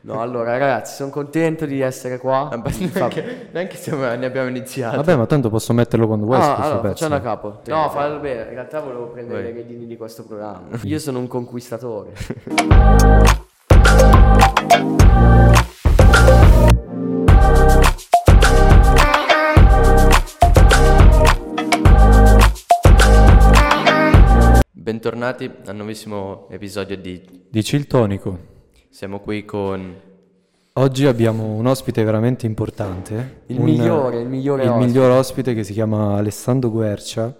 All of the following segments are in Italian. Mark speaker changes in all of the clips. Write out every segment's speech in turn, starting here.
Speaker 1: No, allora ragazzi, sono contento di essere qua.
Speaker 2: Ah, beh, neanche, neanche se ne abbiamo iniziato.
Speaker 3: Vabbè, ma tanto posso metterlo quando vuoi.
Speaker 1: Ah,
Speaker 3: questo
Speaker 1: allora,
Speaker 3: pezzo.
Speaker 1: facciamo da capo. No, fallo bene. In realtà volevo prendere
Speaker 2: Vai.
Speaker 1: le redini di questo programma. Io sono un conquistatore.
Speaker 2: Bentornati al nuovissimo episodio di
Speaker 3: Dici il tonico.
Speaker 2: Siamo qui con...
Speaker 3: Oggi abbiamo un ospite veramente importante.
Speaker 1: Il
Speaker 3: un-
Speaker 1: migliore, il migliore
Speaker 3: il
Speaker 1: ospite.
Speaker 3: miglior ospite che si chiama Alessandro Guercia.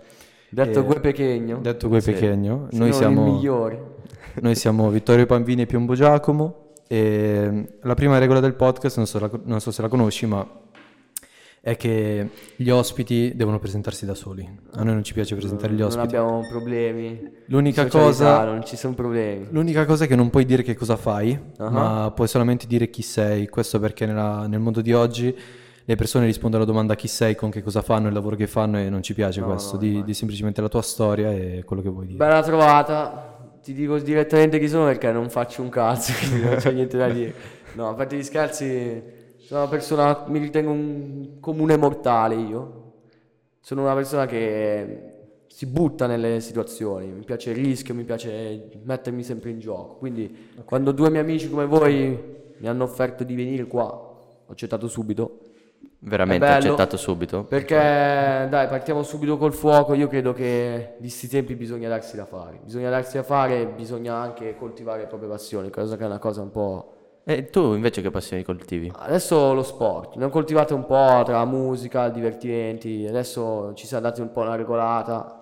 Speaker 1: Detto
Speaker 3: Eh,
Speaker 1: Gue Pechegno.
Speaker 3: Detto Gue Pechegno.
Speaker 1: se
Speaker 3: Noi
Speaker 1: non il
Speaker 3: siamo,
Speaker 1: migliore.
Speaker 3: noi siamo Vittorio Pambini e Piombo Giacomo. E mm, la prima regola del podcast, non so, la- non so se la conosci, ma è che gli ospiti devono presentarsi da soli. A noi non ci piace presentare gli
Speaker 1: Mm, Non
Speaker 3: ospiti.
Speaker 1: abbiamo problemi.
Speaker 3: L'unica
Speaker 1: Socialità,
Speaker 3: cosa-
Speaker 1: Non ci sono problemi.
Speaker 3: L'unica cosa è che non puoi dire che cosa fai,
Speaker 1: Ah.
Speaker 3: ma puoi solamente dire chi sei. Questo perché nella- nel mondo di oggi le persone rispondono alla domanda chi sei, con che cosa fanno, il lavoro che fanno e non ci piace
Speaker 1: No,
Speaker 3: questo.
Speaker 1: no,
Speaker 3: di,
Speaker 1: infatti.
Speaker 3: di semplicemente la tua storia e quello che vuoi dire.
Speaker 1: Bella trovata. Ti dico direttamente chi sono perché non faccio un cazzo, quindi non c'è niente da dire. No, a parte gli scherzi, sono una persona, mi ritengo un comune mortale io. Sono una persona che si butta nelle situazioni, mi piace il rischio, mi piace mettermi sempre in gioco. Quindi quando due miei amici come voi mi hanno offerto di venire qua, ho accettato subito.
Speaker 2: Veramente
Speaker 1: È bello.
Speaker 2: accettato subito.
Speaker 1: Perché dai, partiamo subito col fuoco. Io credo che di sti tempi bisogna darsi da fare. Bisogna darsi da fare, bisogna anche coltivare le proprie passioni, cosa che è una cosa un po'.
Speaker 2: E Eh, tu invece che passioni coltivi?
Speaker 1: Adesso lo sport, ne ho coltivato un po' tra musica, divertimenti, adesso ci siamo dati un po' una regolata.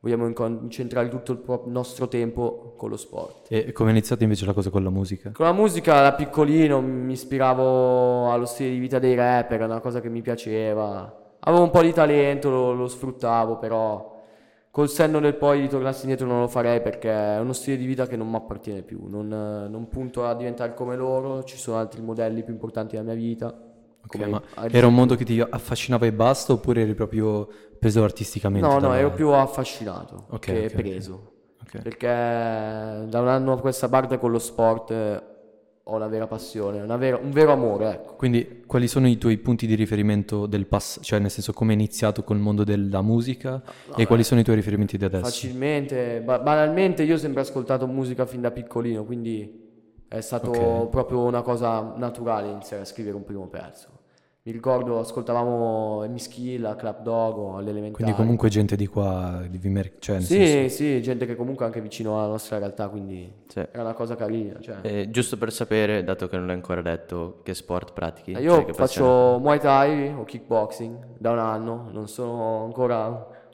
Speaker 1: Vogliamo incon- concentrare tutto il pro- nostro tempo con lo sport.
Speaker 3: E come è iniziata invece la cosa con la musica?
Speaker 1: Con la musica da piccolino mi ispiravo allo stile di vita dei rapper, era una cosa che mi piaceva. Avevo un po' di talento, lo, lo sfruttavo, però col senno del poi di tornarsi indietro non lo farei perché è uno stile di vita che non mi appartiene più. Non, eh, non punto a diventare come loro, ci sono altri modelli più importanti della mia vita.
Speaker 3: Ok,
Speaker 1: come-
Speaker 3: ma
Speaker 1: ad
Speaker 3: era
Speaker 1: esempio-
Speaker 3: un mondo che ti affascinava e basta oppure eri proprio preso artisticamente?
Speaker 1: No, no,
Speaker 3: dalla-
Speaker 1: ero più affascinato
Speaker 3: Ok,
Speaker 1: che
Speaker 3: ok, ok.
Speaker 1: preso.
Speaker 3: Ok.
Speaker 1: Perché da un anno a questa parte con lo sport eh, ho una vera passione, una vera- un vero amore, ecco.
Speaker 3: Quindi quali sono i tuoi punti di riferimento del passato? Cioè nel senso come è iniziato col mondo della musica
Speaker 1: Ah,
Speaker 3: e quali sono i tuoi riferimenti di adesso?
Speaker 1: Facilmente, ba- banalmente io ho sempre ascoltato musica fin da piccolino, quindi è stato
Speaker 3: Ok.
Speaker 1: proprio una cosa naturale iniziare a scrivere un primo pezzo. Mi ricordo ascoltavamo Mischilla, Club Dogo, all'elementare.
Speaker 3: Quindi comunque gente di qua, di Vimer, cioè nel
Speaker 1: Sì,
Speaker 3: senso-
Speaker 1: sì, gente che comunque è anche vicino alla nostra realtà, quindi
Speaker 2: Sì.
Speaker 1: era una cosa carina. cioè.
Speaker 2: Eh, giusto per sapere, dato che non l'hai ancora detto, che sport pratichi?
Speaker 1: Eh, Io
Speaker 2: Cioè, che passione?
Speaker 1: faccio Muay Thai o kickboxing da un anno, non sono ancora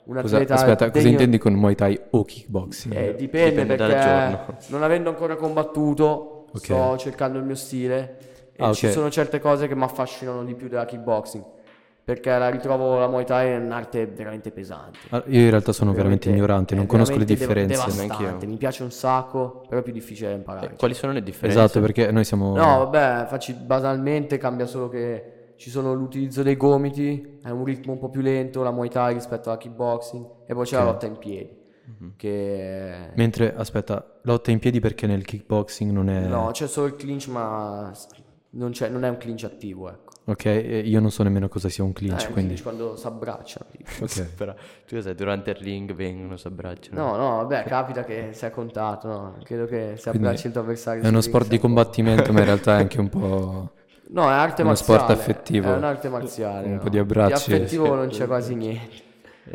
Speaker 1: un
Speaker 3: Cosa-
Speaker 1: atleta
Speaker 3: aspetta, cosa
Speaker 1: degno-
Speaker 3: intendi con Muay Thai o kickboxing?
Speaker 1: Eh, dipende,
Speaker 2: Dipende dal giorno.
Speaker 1: perché non avendo ancora combattuto
Speaker 3: Ok.
Speaker 1: sto cercando il mio stile e
Speaker 3: Ah,
Speaker 1: ci
Speaker 3: ok.
Speaker 1: sono certe cose che mi affascinano di più della kickboxing perché la ritrovo la Muay Thai è un'arte veramente pesante.
Speaker 3: Ah, Io in realtà sono veramente, ignorante,
Speaker 1: è
Speaker 3: non conosco le
Speaker 1: eh, veramente de-
Speaker 3: differenze.
Speaker 1: devastante,
Speaker 2: neanch'io.
Speaker 1: Mi piace un sacco, però è più difficile da imparare.
Speaker 2: Eh, quali sono le differenze?
Speaker 3: Esatto, perché noi siamo...
Speaker 1: No, vabbè, facci- basalmente cambia solo che ci sono l'utilizzo dei gomiti, è un ritmo un po' più lento la Muay Thai rispetto alla kickboxing e poi c'è la lotta in piedi
Speaker 2: Mhm.
Speaker 1: che
Speaker 3: Mentre, aspetta, lotta in piedi perché nel kickboxing non è...
Speaker 1: No, c'è solo il clinch, ma s- non, c'è- non è un clinch attivo, ecco.
Speaker 3: Ok, e io non so nemmeno cosa sia un
Speaker 1: Eh,
Speaker 3: clinch,
Speaker 1: un
Speaker 3: quindi... Eh.
Speaker 1: clinch quando si abbracciano. tipo.
Speaker 3: Ok.
Speaker 2: Però, tu cosa, durante il ring vengono, si abbracciano?
Speaker 1: No, no, vabbè, capita che sei a contatto, no? Credo che se
Speaker 3: Quindi
Speaker 1: abbracci il tuo avversario...
Speaker 3: È uno
Speaker 1: si
Speaker 3: sport di
Speaker 1: rinza.
Speaker 3: combattimento, ma in realtà è anche un po'...
Speaker 1: No, è arte
Speaker 3: uno
Speaker 1: marziale.
Speaker 3: sport affettivo.
Speaker 1: È un'arte marziale.
Speaker 3: Un
Speaker 1: no.
Speaker 3: po' di abbracci.
Speaker 1: Di affettivo non c'è quasi niente.
Speaker 2: E,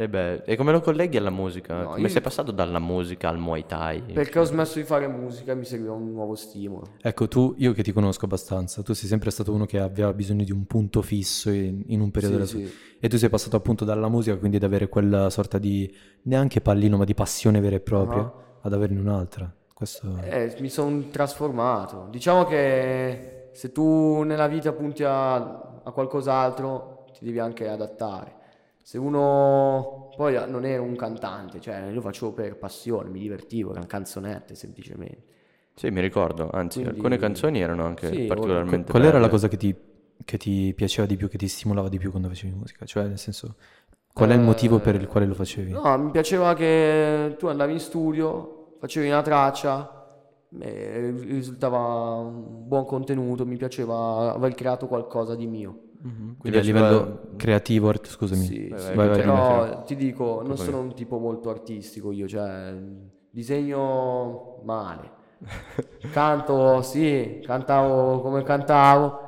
Speaker 2: Eh, beh, e come lo colleghi alla musica?
Speaker 1: No,
Speaker 2: come
Speaker 1: io-
Speaker 2: sei passato dalla musica al Muay Thai?
Speaker 1: Perché ho smesso di fare musica e mi serviva un nuovo stimolo.
Speaker 3: Ecco, tu, io che ti conosco abbastanza, tu sei sempre stato uno che aveva bisogno di un punto fisso in, in un periodo della sua
Speaker 1: Sì, sì.
Speaker 3: E tu sei passato appunto dalla musica, quindi ad avere quella sorta di neanche pallino, ma di passione vera e propria,
Speaker 1: Ah.
Speaker 3: ad averne un'altra. Questo
Speaker 1: Eh, mi sono trasformato. Diciamo che se tu nella vita punti a, a qualcos'altro, ti devi anche adattare. Se uno poi ah, non ero un cantante, cioè io lo facevo per passione, mi divertivo, erano canzonette semplicemente.
Speaker 2: Sì, mi ricordo, anzi,
Speaker 1: Quindi-
Speaker 2: alcune canzoni erano anche
Speaker 1: Sì,
Speaker 2: particolarmente
Speaker 3: Qual era la
Speaker 2: belle.
Speaker 3: cosa che ti, che ti piaceva di più, che ti stimolava di più quando facevi musica? Cioè, nel senso, qual è il motivo per il quale lo facevi?
Speaker 1: No, mi piaceva che tu andavi in studio, facevi una traccia, eh, risultava un buon contenuto, mi piaceva aver creato qualcosa di mio.
Speaker 3: Quindi a
Speaker 2: Ti piaceva-
Speaker 3: livello creativo, art- scusami.
Speaker 1: Sì,
Speaker 2: Vai,
Speaker 1: sì,
Speaker 2: vai,
Speaker 3: vai, vai,
Speaker 1: però
Speaker 2: prima,
Speaker 1: ti dico, non
Speaker 2: Poi-
Speaker 1: sono un tipo molto artistico io, cioè mh, disegno male, canto sì, cantavo come cantavo,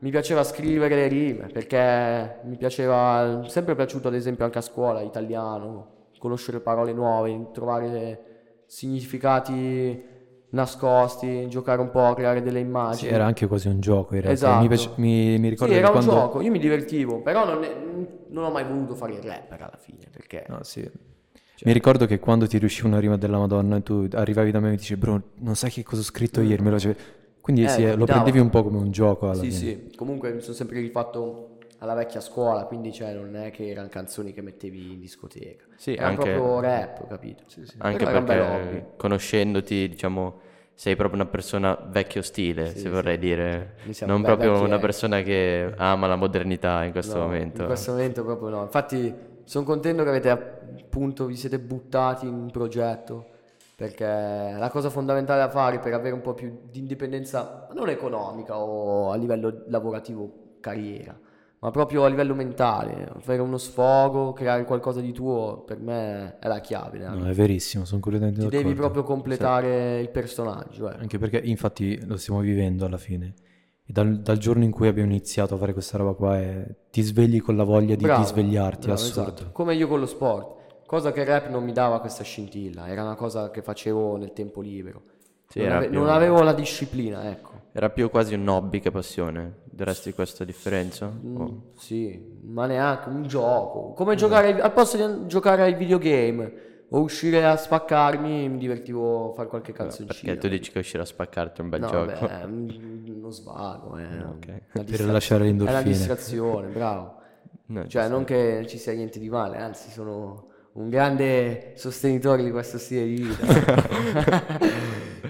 Speaker 1: mi piaceva scrivere le rime perché mi piaceva, sempre è piaciuto ad esempio anche a scuola, italiano, conoscere parole nuove, trovare significati nascosti, giocare un po', a creare delle
Speaker 3: Sì,
Speaker 1: immagini.
Speaker 3: era anche quasi un gioco in realtà.
Speaker 1: Esatto.
Speaker 3: Mi, piace- mi- mi ricordo
Speaker 1: Sì,
Speaker 3: che
Speaker 1: era un
Speaker 3: quando...
Speaker 1: gioco, io mi divertivo, però non, è- non ho mai voluto fare il rapper alla fine, perché...
Speaker 3: No, sì. Mi ricordo che quando ti riusciva una rima della Madonna e tu arrivavi da me e mi dici, bro, non sai che cosa ho scritto ieri, me lo facevi-". Quindi
Speaker 1: Eh,
Speaker 3: sì, eh, lo
Speaker 1: capitava.
Speaker 3: prendevi un po' come un gioco alla
Speaker 1: sì,
Speaker 3: fine.
Speaker 1: sì, comunque mi sono sempre rifatto alla vecchia scuola, quindi cioè non è che erano canzoni che mettevi in discoteca.
Speaker 2: Sì,
Speaker 1: era
Speaker 2: anche-
Speaker 1: proprio rap, capito? Sì, sì.
Speaker 2: Anche
Speaker 1: era un bel hobby.
Speaker 2: perché conoscendoti, diciamo, sei proprio una persona vecchio stile, se vorrei dire.
Speaker 1: Noi siamo
Speaker 2: Non
Speaker 1: ve-
Speaker 2: proprio
Speaker 1: vecchi,
Speaker 2: una
Speaker 1: eh.
Speaker 2: persona che ama la modernità in questo
Speaker 1: No,
Speaker 2: momento.
Speaker 1: In questo momento proprio no. Infatti sono contento che avete appunto vi siete buttati in un progetto perché la cosa fondamentale da fare per avere un po' più di indipendenza ma non economica o a livello lavorativo carriera, ma proprio a livello mentale, avere uno sfogo, creare qualcosa di tuo, per me è la chiave. della
Speaker 3: No,
Speaker 1: vita.
Speaker 3: è verissimo, sono completamente
Speaker 1: Ti
Speaker 3: d'accordo.
Speaker 1: devi proprio completare il personaggio, ecco.
Speaker 3: Anche perché infatti lo stiamo vivendo alla fine. E dal, dal giorno in cui abbiamo iniziato a fare questa roba qua è- ti svegli con la voglia di,
Speaker 1: Bravo,
Speaker 3: di svegliarti, è
Speaker 1: bravo,
Speaker 3: assurdo.
Speaker 1: esatto. Come io con lo sport, cosa che il rap non mi dava questa scintilla, era una cosa che facevo nel tempo libero.
Speaker 2: Sì,
Speaker 1: non,
Speaker 2: era
Speaker 1: ave-
Speaker 2: più-
Speaker 1: non avevo la disciplina, ecco.
Speaker 2: Era più quasi un hobby che passione. Resti questa differenza?
Speaker 1: Mm,
Speaker 2: O-
Speaker 1: Sì, ma neanche un gioco. Come giocare ai- al posto di an- giocare ai videogame o uscire a spaccarmi, mi divertivo a fare qualche canzoncina.
Speaker 2: Perché tu dici che uscirà a spaccarti è un bel
Speaker 1: No,
Speaker 2: gioco.
Speaker 1: beh, mm, uno svago, eh.
Speaker 2: ok.
Speaker 1: Una
Speaker 3: Per
Speaker 1: distra-
Speaker 3: rilasciare le
Speaker 1: è una
Speaker 3: endorfine.
Speaker 1: distrazione, bravo.
Speaker 2: No, ci
Speaker 1: Cioè, non che ci sia niente di male, anzi, sono un grande sostenitore di questo stile di vita.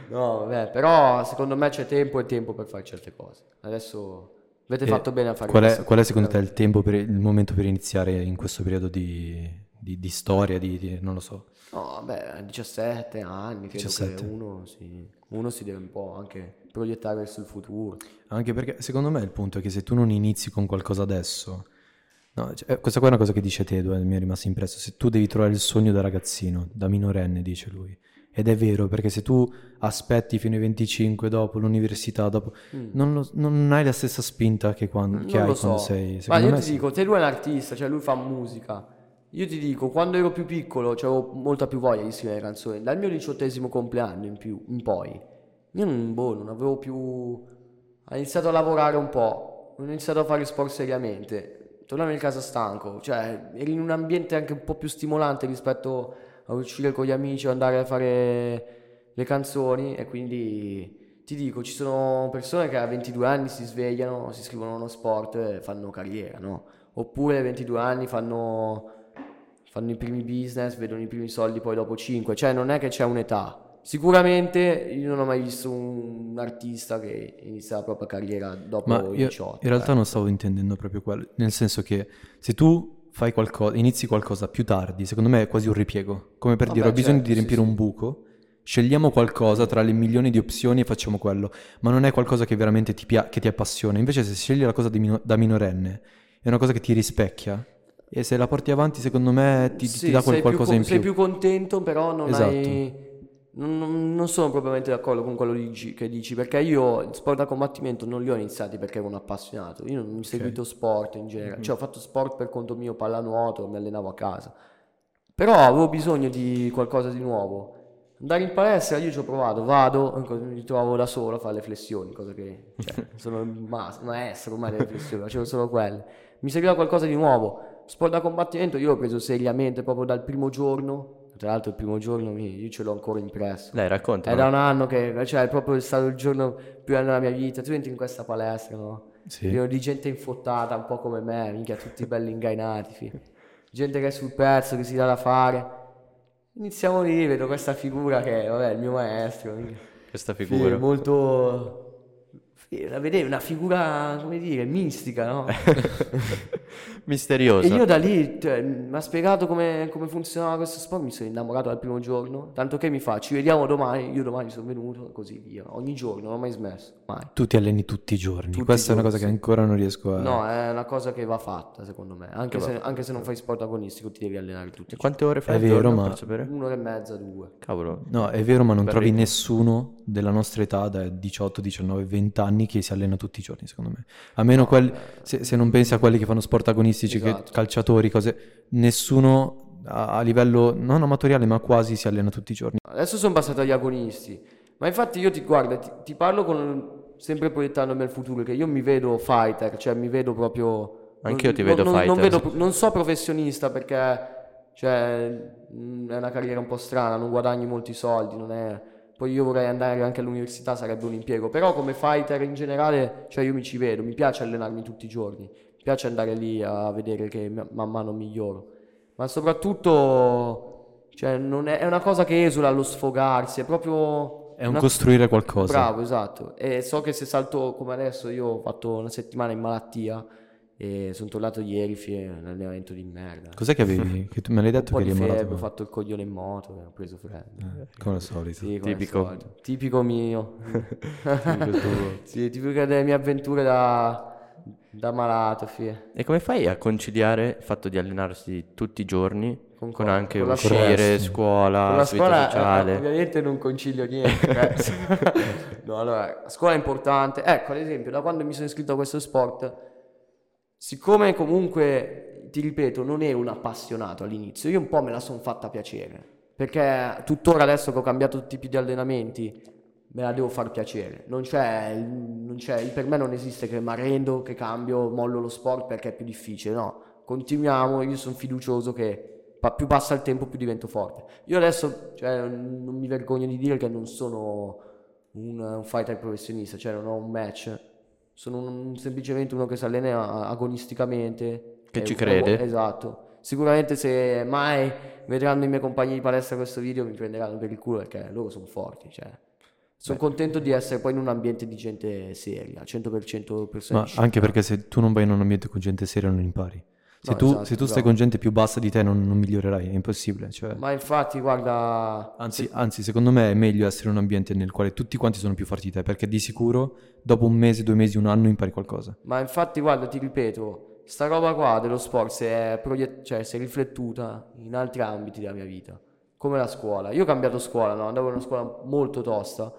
Speaker 1: no, vabbè, però secondo me c'è tempo e tempo per fare certe cose. Adesso avete
Speaker 3: E
Speaker 1: fatto bene a fare
Speaker 3: Qual è,
Speaker 1: questo.
Speaker 3: qual è secondo te il tempo per il momento per iniziare in questo periodo di, di- di storia, di, di- non lo so.
Speaker 1: No, vabbè, a 17 anni, credo
Speaker 3: 17.
Speaker 1: che uno si, uno si deve un po' anche proiettare verso il futuro.
Speaker 3: Anche perché secondo me il punto è che se tu non inizi con qualcosa adesso, no, cioè, eh, questa qua è una cosa che dice Tedo, eh, mi è rimasto impresso, se tu devi trovare il sogno da ragazzino, da minorenne, dice lui. Ed è vero, perché se tu aspetti fino ai 25, dopo l'università, dopo,
Speaker 1: Mm.
Speaker 3: non, lo- non hai la stessa spinta che, quan- che
Speaker 1: Non
Speaker 3: hai
Speaker 1: lo
Speaker 3: quando
Speaker 1: so.
Speaker 3: sei...
Speaker 1: Ma
Speaker 3: secondo
Speaker 1: io
Speaker 3: me
Speaker 1: ti
Speaker 3: sì.
Speaker 1: dico, te lui è un artista, cioè lui fa musica. Io ti dico, quando ero più piccolo cioè avevo molta più voglia di scrivere canzoni. Dal mio diciottesimo compleanno in più, in poi, io non, boh, non avevo più... Ho iniziato a lavorare un po', ho iniziato a fare sport seriamente, tornavo in casa stanco, cioè ero in un ambiente anche un po' più stimolante rispetto a uscire con gli amici o andare a fare le canzoni e quindi... Ti dico, ci sono persone che a 22 anni si svegliano, si iscrivono a uno sport e fanno carriera, no? Oppure a 22 anni fanno, fanno i primi business, vedono i primi soldi poi dopo 5, cioè non è che c'è un'età. Sicuramente io non ho mai visto un, un artista che inizia la propria carriera dopo
Speaker 3: Ma
Speaker 1: i
Speaker 3: io
Speaker 1: 18.
Speaker 3: in realtà
Speaker 1: eh.
Speaker 3: non stavo intendendo proprio quello, nel senso che se tu fai qualcosa, inizi qualcosa più tardi, secondo me è quasi un ripiego, come per
Speaker 1: Vabbè,
Speaker 3: dire ho bisogno
Speaker 1: certo, sì,
Speaker 3: di riempire
Speaker 1: sì.
Speaker 3: un buco, scegliamo qualcosa tra le milioni di opzioni e facciamo quello, ma non è qualcosa che veramente ti, pia- che ti appassiona, invece se scegli la cosa di mino- da minorenne è una cosa che ti rispecchia e se la porti avanti secondo me ti, ti
Speaker 1: Sì,
Speaker 3: dà
Speaker 1: sei
Speaker 3: quel
Speaker 1: più
Speaker 3: qualcosa
Speaker 1: con-
Speaker 3: in
Speaker 1: Sei
Speaker 3: più. Esatto.
Speaker 1: più contento, però non hai... Non, non- non sono propriamente d'accordo con quello di G- che dici, perché io il sport da combattimento non li ho iniziati perché ero un appassionato, io non ho seguito sport in genere,
Speaker 3: Mhm.
Speaker 1: cioè ho fatto sport per conto mio, pallanuoto, mi allenavo a casa, però avevo bisogno di qualcosa di nuovo. Andare in palestra, io ci ho provato, vado, mi trovavo da solo a fare le flessioni, cosa che cioè, sono un mas- maestro ormai delle flessioni, facevo solo quelle. Mi serviva qualcosa di nuovo. Sport da combattimento io l'ho preso seriamente proprio dal primo giorno, tra l'altro il primo giorno mi- io ce l'ho ancora impresso.
Speaker 2: Dai, racconta.
Speaker 1: È da un anno che, cioè, è proprio stato il giorno più bello della mia vita. Tu entri in questa palestra, no?
Speaker 3: Sì.
Speaker 1: Pieno di gente infottata, un po' come me, minchia, tutti belli ingainati. fi- Gente che è sul pezzo, che si dà da fare. Iniziamo lì, vedo questa figura che, vabbè, è il mio maestro. minchia.
Speaker 2: Questa
Speaker 1: Fi-
Speaker 2: figura.
Speaker 1: molto... fi- La vedevi, una figura, come dire, mistica, no? E
Speaker 2: misteriosa.
Speaker 1: io da lì cioè, mi ha spiegato come, come funzionava questo sport, mi sono innamorato dal primo giorno, tanto che mi fa, ci vediamo domani, io domani sono venuto, così via, ogni giorno, non ho mai smesso, mai.
Speaker 3: Tu ti alleni tutti i giorni.
Speaker 1: Tutti i
Speaker 3: Questa è una
Speaker 1: giorni,
Speaker 3: cosa che
Speaker 1: sì.
Speaker 3: ancora non riesco a.
Speaker 1: No, è una cosa che va fatta secondo me, anche,
Speaker 2: Eh. Che va
Speaker 1: se, anche se non fai sport agonistico ti devi allenare tutti. i giorni.
Speaker 2: E Cioè, quante ore fai? al
Speaker 3: vero,
Speaker 2: giorno,
Speaker 3: ma-
Speaker 2: per sapere?
Speaker 1: Un'ora e mezza, due.
Speaker 2: Cavolo.
Speaker 3: No, è vero, ma non
Speaker 2: Bel
Speaker 3: trovi
Speaker 2: ritmo.
Speaker 3: nessuno della nostra età, da 18, 19, 20 anni, che si allena tutti i giorni, secondo me. A meno quelli, se, se non pensi a quelli che fanno sport agonistici,
Speaker 1: eh,
Speaker 3: che-
Speaker 1: Esatto.
Speaker 3: calciatori, cose, nessuno a, a livello non amatoriale, ma quasi si allena tutti i giorni.
Speaker 1: Adesso sono passato agli agonisti, ma infatti io ti guarda, ti, ti parlo con, sempre proiettandomi al futuro, che io mi vedo fighter, cioè mi vedo proprio...
Speaker 2: Anch'io ti
Speaker 1: non-
Speaker 2: vedo
Speaker 1: non- non
Speaker 2: fighter,
Speaker 1: vedo- non so professionista perché cioè, mh, è una carriera un po' strana, non guadagni molti soldi, non è... Poi io vorrei andare anche all'università, sarebbe un impiego, però come fighter in generale, cioè io mi ci vedo, mi piace allenarmi tutti i giorni, mi piace andare lì a vedere che ma- man mano miglioro, ma soprattutto cioè, non è, è una cosa che esula allo sfogarsi, è proprio...
Speaker 3: È un
Speaker 1: una-
Speaker 3: costruire qualcosa.
Speaker 1: Bravo, esatto. E so che se salto come adesso, io ho fatto una settimana in malattia e sono tornato ieri, fie- un allenamento di merda.
Speaker 3: Cos'è che avevi? Che tu me l'hai detto
Speaker 1: Un po'
Speaker 3: che
Speaker 1: di
Speaker 3: eri ammalato?
Speaker 1: febbre, ho fatto il coglione in moto, ho preso freddo.
Speaker 3: Eh, come al solito.
Speaker 1: Sì, come al
Speaker 2: Tipico.
Speaker 1: solito. Tipico mio.
Speaker 3: Tipico tuo.
Speaker 1: sì, tipico delle mie avventure da, da malato, fie.
Speaker 2: E come fai a conciliare il fatto di allenarsi tutti i giorni con,
Speaker 1: cosa?
Speaker 2: anche
Speaker 1: Con la
Speaker 2: uscire,
Speaker 3: scuola.
Speaker 2: scuola,
Speaker 1: Con la
Speaker 2: vita
Speaker 1: scuola eh,
Speaker 2: sociale?
Speaker 1: ovviamente non concilio niente. eh. no, allora, la scuola è importante. Ecco, ad esempio, da quando mi sono iscritto a questo sport, siccome comunque, ti ripeto, non ero un appassionato all'inizio, io un po' me la sono fatta piacere. Perché tuttora adesso che ho cambiato tutti i tipi di allenamenti, me la devo far piacere. Non c'è, il- non c'è, il per me non esiste che mi arrendo, che cambio, mollo lo sport perché è più difficile. No, continuiamo, io sono fiducioso che pa- più passa il tempo più divento forte. Io adesso cioè, non mi vergogno di dire che non sono un, un fighter professionista, cioè non ho un match. Sono un- semplicemente uno che si allena agonisticamente.
Speaker 2: Che
Speaker 1: E-
Speaker 2: ci crede.
Speaker 1: Esatto. Sicuramente se mai vedranno i miei compagni di palestra questo video mi prenderanno per il culo perché loro sono forti. Cioè. Sono contento di essere poi in un ambiente di gente seria, 100% persone.
Speaker 3: Ma anche perché se tu non vai in un ambiente con gente seria non impari. Se
Speaker 1: No,
Speaker 3: tu,
Speaker 1: esatto,
Speaker 3: se tu stai
Speaker 1: bravo.
Speaker 3: con gente più bassa di te non, non migliorerai, è impossibile. Cioè...
Speaker 1: Ma infatti, guarda,
Speaker 3: Anzi, anzi, secondo me è meglio essere in un ambiente nel quale tutti quanti sono più forti di te, perché di sicuro dopo un mese, due mesi, un anno impari qualcosa.
Speaker 1: ma infatti, guarda, ti ripeto, sta roba qua dello sport si è, proiet- cioè, si è riflettuta in altri ambiti della mia vita, come la scuola. Io ho cambiato scuola, no? andavo in una scuola molto tosta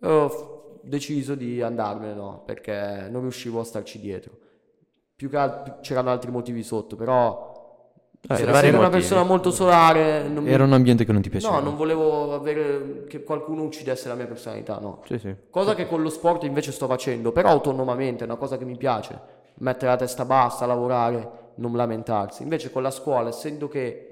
Speaker 1: e ho f- deciso di andarmene, no? perché non riuscivo a starci dietro. Più che altro c'erano altri motivi sotto, però
Speaker 2: Eh,
Speaker 1: se
Speaker 2: vari
Speaker 1: ero una
Speaker 2: motivi.
Speaker 1: persona molto solare, non mi
Speaker 3: Era un ambiente che non ti piaceva.
Speaker 1: Mm. No, non volevo avere che qualcuno uccidesse la mia personalità, no.
Speaker 2: Sì, sì.
Speaker 1: Cosa che con lo sport invece sto facendo, però autonomamente, è una cosa che mi piace, mettere la testa bassa, lavorare, non lamentarsi. Invece con la scuola, essendo che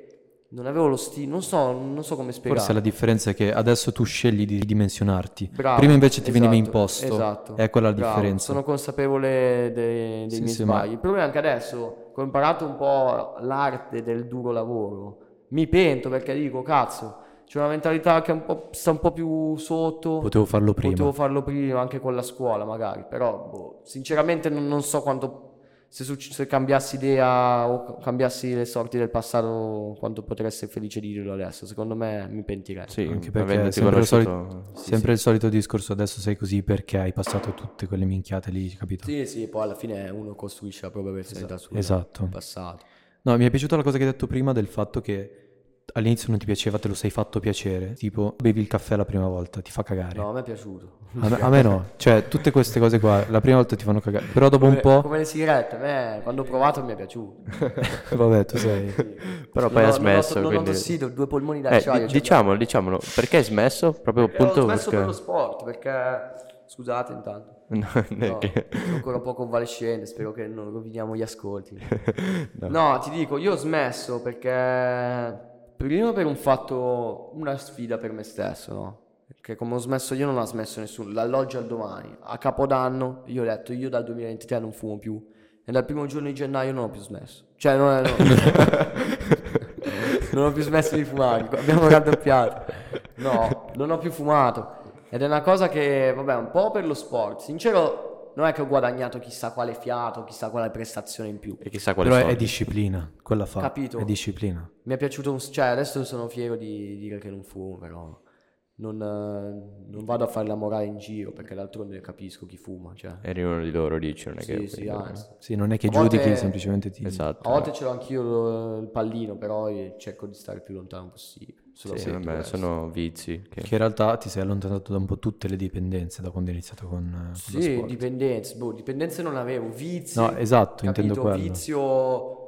Speaker 1: non avevo lo stile, non so, non so come spiegare.
Speaker 3: Forse la differenza è che adesso tu scegli di ridimensionarti.
Speaker 1: Bravo,
Speaker 3: Prima invece ti veniva
Speaker 1: esatto,
Speaker 3: imposto.
Speaker 1: esatto.
Speaker 3: È quella la
Speaker 1: Bravo,
Speaker 3: differenza.
Speaker 1: Sono consapevole dei, dei
Speaker 3: Sì,
Speaker 1: miei
Speaker 3: sì, ma-
Speaker 1: sbagli. Il problema è che adesso che ho imparato un po' l'arte del duro lavoro. Mi pento perché dico, cazzo, c'è una mentalità che è un po', sta un po' più sotto.
Speaker 3: Potevo farlo prima.
Speaker 1: Potevo farlo prima anche con la scuola, magari, però boh, sinceramente non, non so quanto. Se, succ- se cambiassi idea o ca- cambiassi le sorti del passato, quanto potrei essere felice di dirlo adesso. Secondo me mi pentirei.
Speaker 2: Sì,
Speaker 3: Anche perché è
Speaker 2: avendoti
Speaker 3: sempre, il
Speaker 2: conosciuto-
Speaker 3: solito, sempre il solito discorso, adesso sei così perché hai passato tutte quelle minchiate lì,
Speaker 2: Esatto.
Speaker 3: capito?
Speaker 1: Sì, sì, poi alla fine uno costruisce la propria personalità sul
Speaker 3: Esatto.
Speaker 1: passato.
Speaker 3: No, mi è piaciuta la cosa che hai detto prima del fatto che all'inizio non ti piaceva, te lo sei fatto piacere. Tipo, bevi il caffè la prima volta, ti fa cagare.
Speaker 1: No, a me è piaciuto.
Speaker 3: A me, a me no, cioè tutte queste cose qua la prima volta ti fanno cagare, però dopo un po'...
Speaker 1: Come le sigarette, a me quando ho provato mi è piaciuto.
Speaker 3: Vabbè, tu sei...
Speaker 2: Però poi
Speaker 1: No,
Speaker 2: ha
Speaker 1: non ho-
Speaker 2: smesso,
Speaker 1: Non ho,
Speaker 2: quindi...
Speaker 1: tossito, due polmoni
Speaker 2: Eh, di-
Speaker 1: d'acciaio.
Speaker 2: diciamolo, diciamolo, perché hai smesso? Proprio
Speaker 1: Eh, Ho
Speaker 2: appunto
Speaker 1: smesso per lo
Speaker 2: perché...
Speaker 1: sport perché. Scusate intanto.
Speaker 2: No, non è
Speaker 1: No,
Speaker 2: che-
Speaker 1: sono ancora un po' convalescente, spero che non roviniamo gli ascolti. no. ti dico, io ho smesso perché prima per un fatto, una sfida per me stesso, no? Perché come ho smesso io non ha smesso nessuno, dall'oggi al domani, a Capodanno io ho detto io dal 2023 non fumo più e dal primo giorno di gennaio non ho più smesso. Cioè no, no. non ho più smesso di fumare, abbiamo raddoppiato. No, non ho più fumato. Ed è una cosa che, vabbè, un po' per lo sport. Sincero, non è che ho guadagnato chissà quale fiato, chissà quale prestazione in più.
Speaker 2: E chissà quale
Speaker 3: Però è,
Speaker 2: soldi.
Speaker 3: disciplina, quella fa.
Speaker 1: Capito.
Speaker 3: È disciplina.
Speaker 1: Mi è piaciuto un... Cioè, adesso sono fiero di dire che non fumo, però... Non, eh, non vado a fare la morale in giro, perché d'altronde capisco chi fuma, cioè...
Speaker 2: Eri uno di loro, dici, non è
Speaker 1: Sì,
Speaker 2: che...
Speaker 1: sì, anzi.
Speaker 3: Sì, non è che
Speaker 1: A volte-
Speaker 3: giudichi, semplicemente ti...
Speaker 2: Esatto.
Speaker 1: A volte ce l'ho anch'io lo- il pallino, però io cerco di stare il più lontano possibile. Solo
Speaker 2: Sì,
Speaker 1: per il
Speaker 2: vabbè,
Speaker 1: resto.
Speaker 2: sono vizi. Che...
Speaker 3: Che in realtà ti sei allontanato da un po' tutte le dipendenze da quando hai iniziato con, eh, con lo
Speaker 1: Sì,
Speaker 3: sport.
Speaker 1: dipendenze, boh, dipendenze non avevo, vizi.
Speaker 3: No, esatto, intendo
Speaker 1: capito?
Speaker 3: quello.
Speaker 1: Vizio,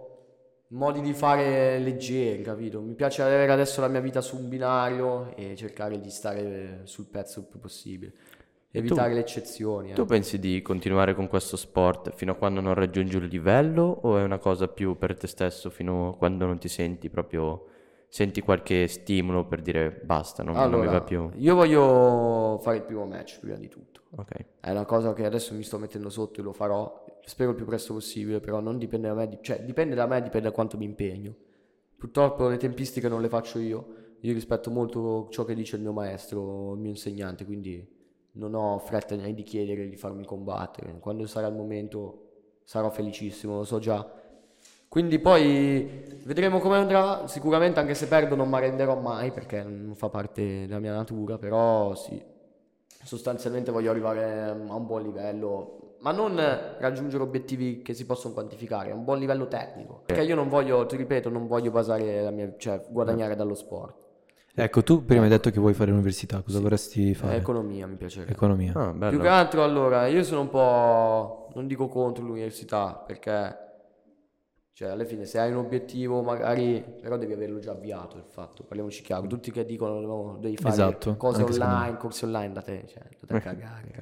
Speaker 1: modi di fare leggeri, capito? Mi piace avere adesso la mia vita su un binario e cercare di stare sul pezzo il più possibile.
Speaker 2: E tu?
Speaker 1: Evitare le eccezioni. eh.
Speaker 2: Tu pensi di continuare con questo sport fino a quando non raggiungi il livello o è una cosa più per te stesso fino a quando non ti senti proprio... Senti qualche stimolo per dire basta, non, non mi
Speaker 1: Allora,
Speaker 2: va più.
Speaker 1: io voglio fare il primo match prima di tutto.
Speaker 2: Ok.
Speaker 1: È una cosa che adesso mi sto mettendo sotto e lo farò. Spero il più presto possibile, però non dipende da me, di- cioè dipende da me, dipende da quanto mi impegno. Purtroppo le tempistiche non le faccio io. Io rispetto molto ciò che dice il mio maestro, il mio insegnante, quindi non ho fretta né di chiedere di farmi combattere. Quando sarà il momento sarò felicissimo, lo so già. Quindi poi vedremo come andrà. Sicuramente anche se perdo non mi arrenderò mai perché non fa parte della mia natura, però sì, sostanzialmente voglio arrivare a un buon livello, ma non raggiungere obiettivi che si possono quantificare, a un buon livello tecnico. Perché io non voglio, ti ripeto, non voglio basare la mia, cioè guadagnare dallo sport.
Speaker 3: Ecco, tu prima hai detto che vuoi fare l'università, cosa
Speaker 1: Eh,
Speaker 3: vorresti fare?
Speaker 1: Economia mi piacerebbe.
Speaker 3: Economia.
Speaker 2: Ah,
Speaker 1: Più
Speaker 2: bello.
Speaker 1: che altro allora, io sono un po', non dico contro l'università, perché cioè alla fine se hai un obiettivo magari, però devi averlo già avviato il fatto, parliamoci chiaro, tutti che dicono no, devi fare
Speaker 3: Esatto,
Speaker 1: cose
Speaker 3: anche secondo
Speaker 1: online, corsi online da te, cioè da te cagare.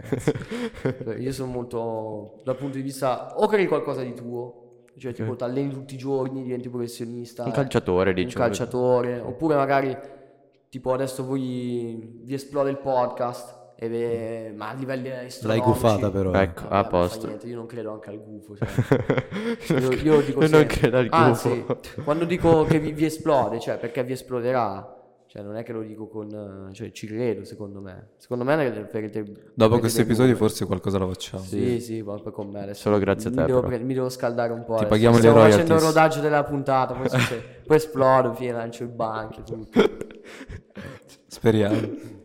Speaker 1: ragazzi. io sono molto dal punto di vista, o crei qualcosa di tuo, cioè tipo ti alleni tutti i giorni, diventi professionista.
Speaker 2: Un calciatore,
Speaker 1: Un
Speaker 2: dici.
Speaker 1: calciatore, oppure magari tipo adesso voi vi esplode il podcast, e ve- ma a livelli
Speaker 3: L'hai
Speaker 1: astronomici-
Speaker 3: gufata però. eh.
Speaker 2: Ecco,
Speaker 1: Vabbè,
Speaker 2: a
Speaker 1: non fa
Speaker 2: posto.
Speaker 1: niente, io non credo anche al gufo. cioè. io, io dico
Speaker 2: Non
Speaker 1: sempre-
Speaker 2: credo al
Speaker 1: Anzi,
Speaker 2: gufo.
Speaker 1: quando dico che vi, vi esplode, cioè perché vi esploderà, cioè non è che lo dico con... eh, cioè ci credo secondo me. Secondo me ne- perché...
Speaker 3: Dopo
Speaker 1: perché
Speaker 3: questo
Speaker 1: dei
Speaker 3: episodio
Speaker 1: numeri.
Speaker 3: forse qualcosa la facciamo.
Speaker 1: Sì, sì, ma poi con me adesso.
Speaker 2: Solo grazie a te,
Speaker 1: Mi devo,
Speaker 2: però.
Speaker 1: pre- mi devo scaldare un po'. adesso.
Speaker 3: paghiamo le
Speaker 1: Stiamo facendo il
Speaker 3: royalties.
Speaker 1: rodaggio della puntata, poi, succede- poi esplodo, fine, lancio il banco. tutto.
Speaker 3: Speriamo.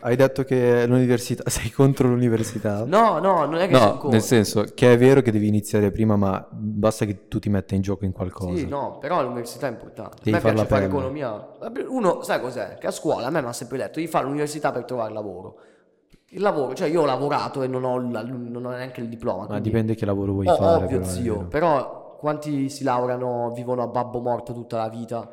Speaker 3: Hai detto che l'università, sei contro l'università?
Speaker 1: No, no, non è che sono
Speaker 3: No,
Speaker 1: contro.
Speaker 3: nel senso che è vero che devi iniziare prima, ma basta che tu ti metta in gioco in qualcosa.
Speaker 1: Sì, no, però l'università è importante.
Speaker 3: Devi
Speaker 1: a me
Speaker 3: farla
Speaker 1: piace fare
Speaker 3: prendere.
Speaker 1: economia. Uno, sai cos'è? Che a scuola a me mi ha sempre detto di fare l'università per trovare lavoro. Il lavoro, cioè io ho lavorato e non ho, la- non ho neanche il diploma.
Speaker 3: Ma
Speaker 1: quindi-
Speaker 3: dipende che lavoro vuoi
Speaker 1: Oh,
Speaker 3: fare.
Speaker 1: ovvio,
Speaker 3: però, è
Speaker 1: zio.
Speaker 3: vero.
Speaker 1: Però quanti si laureano, vivono a babbo morto tutta la vita?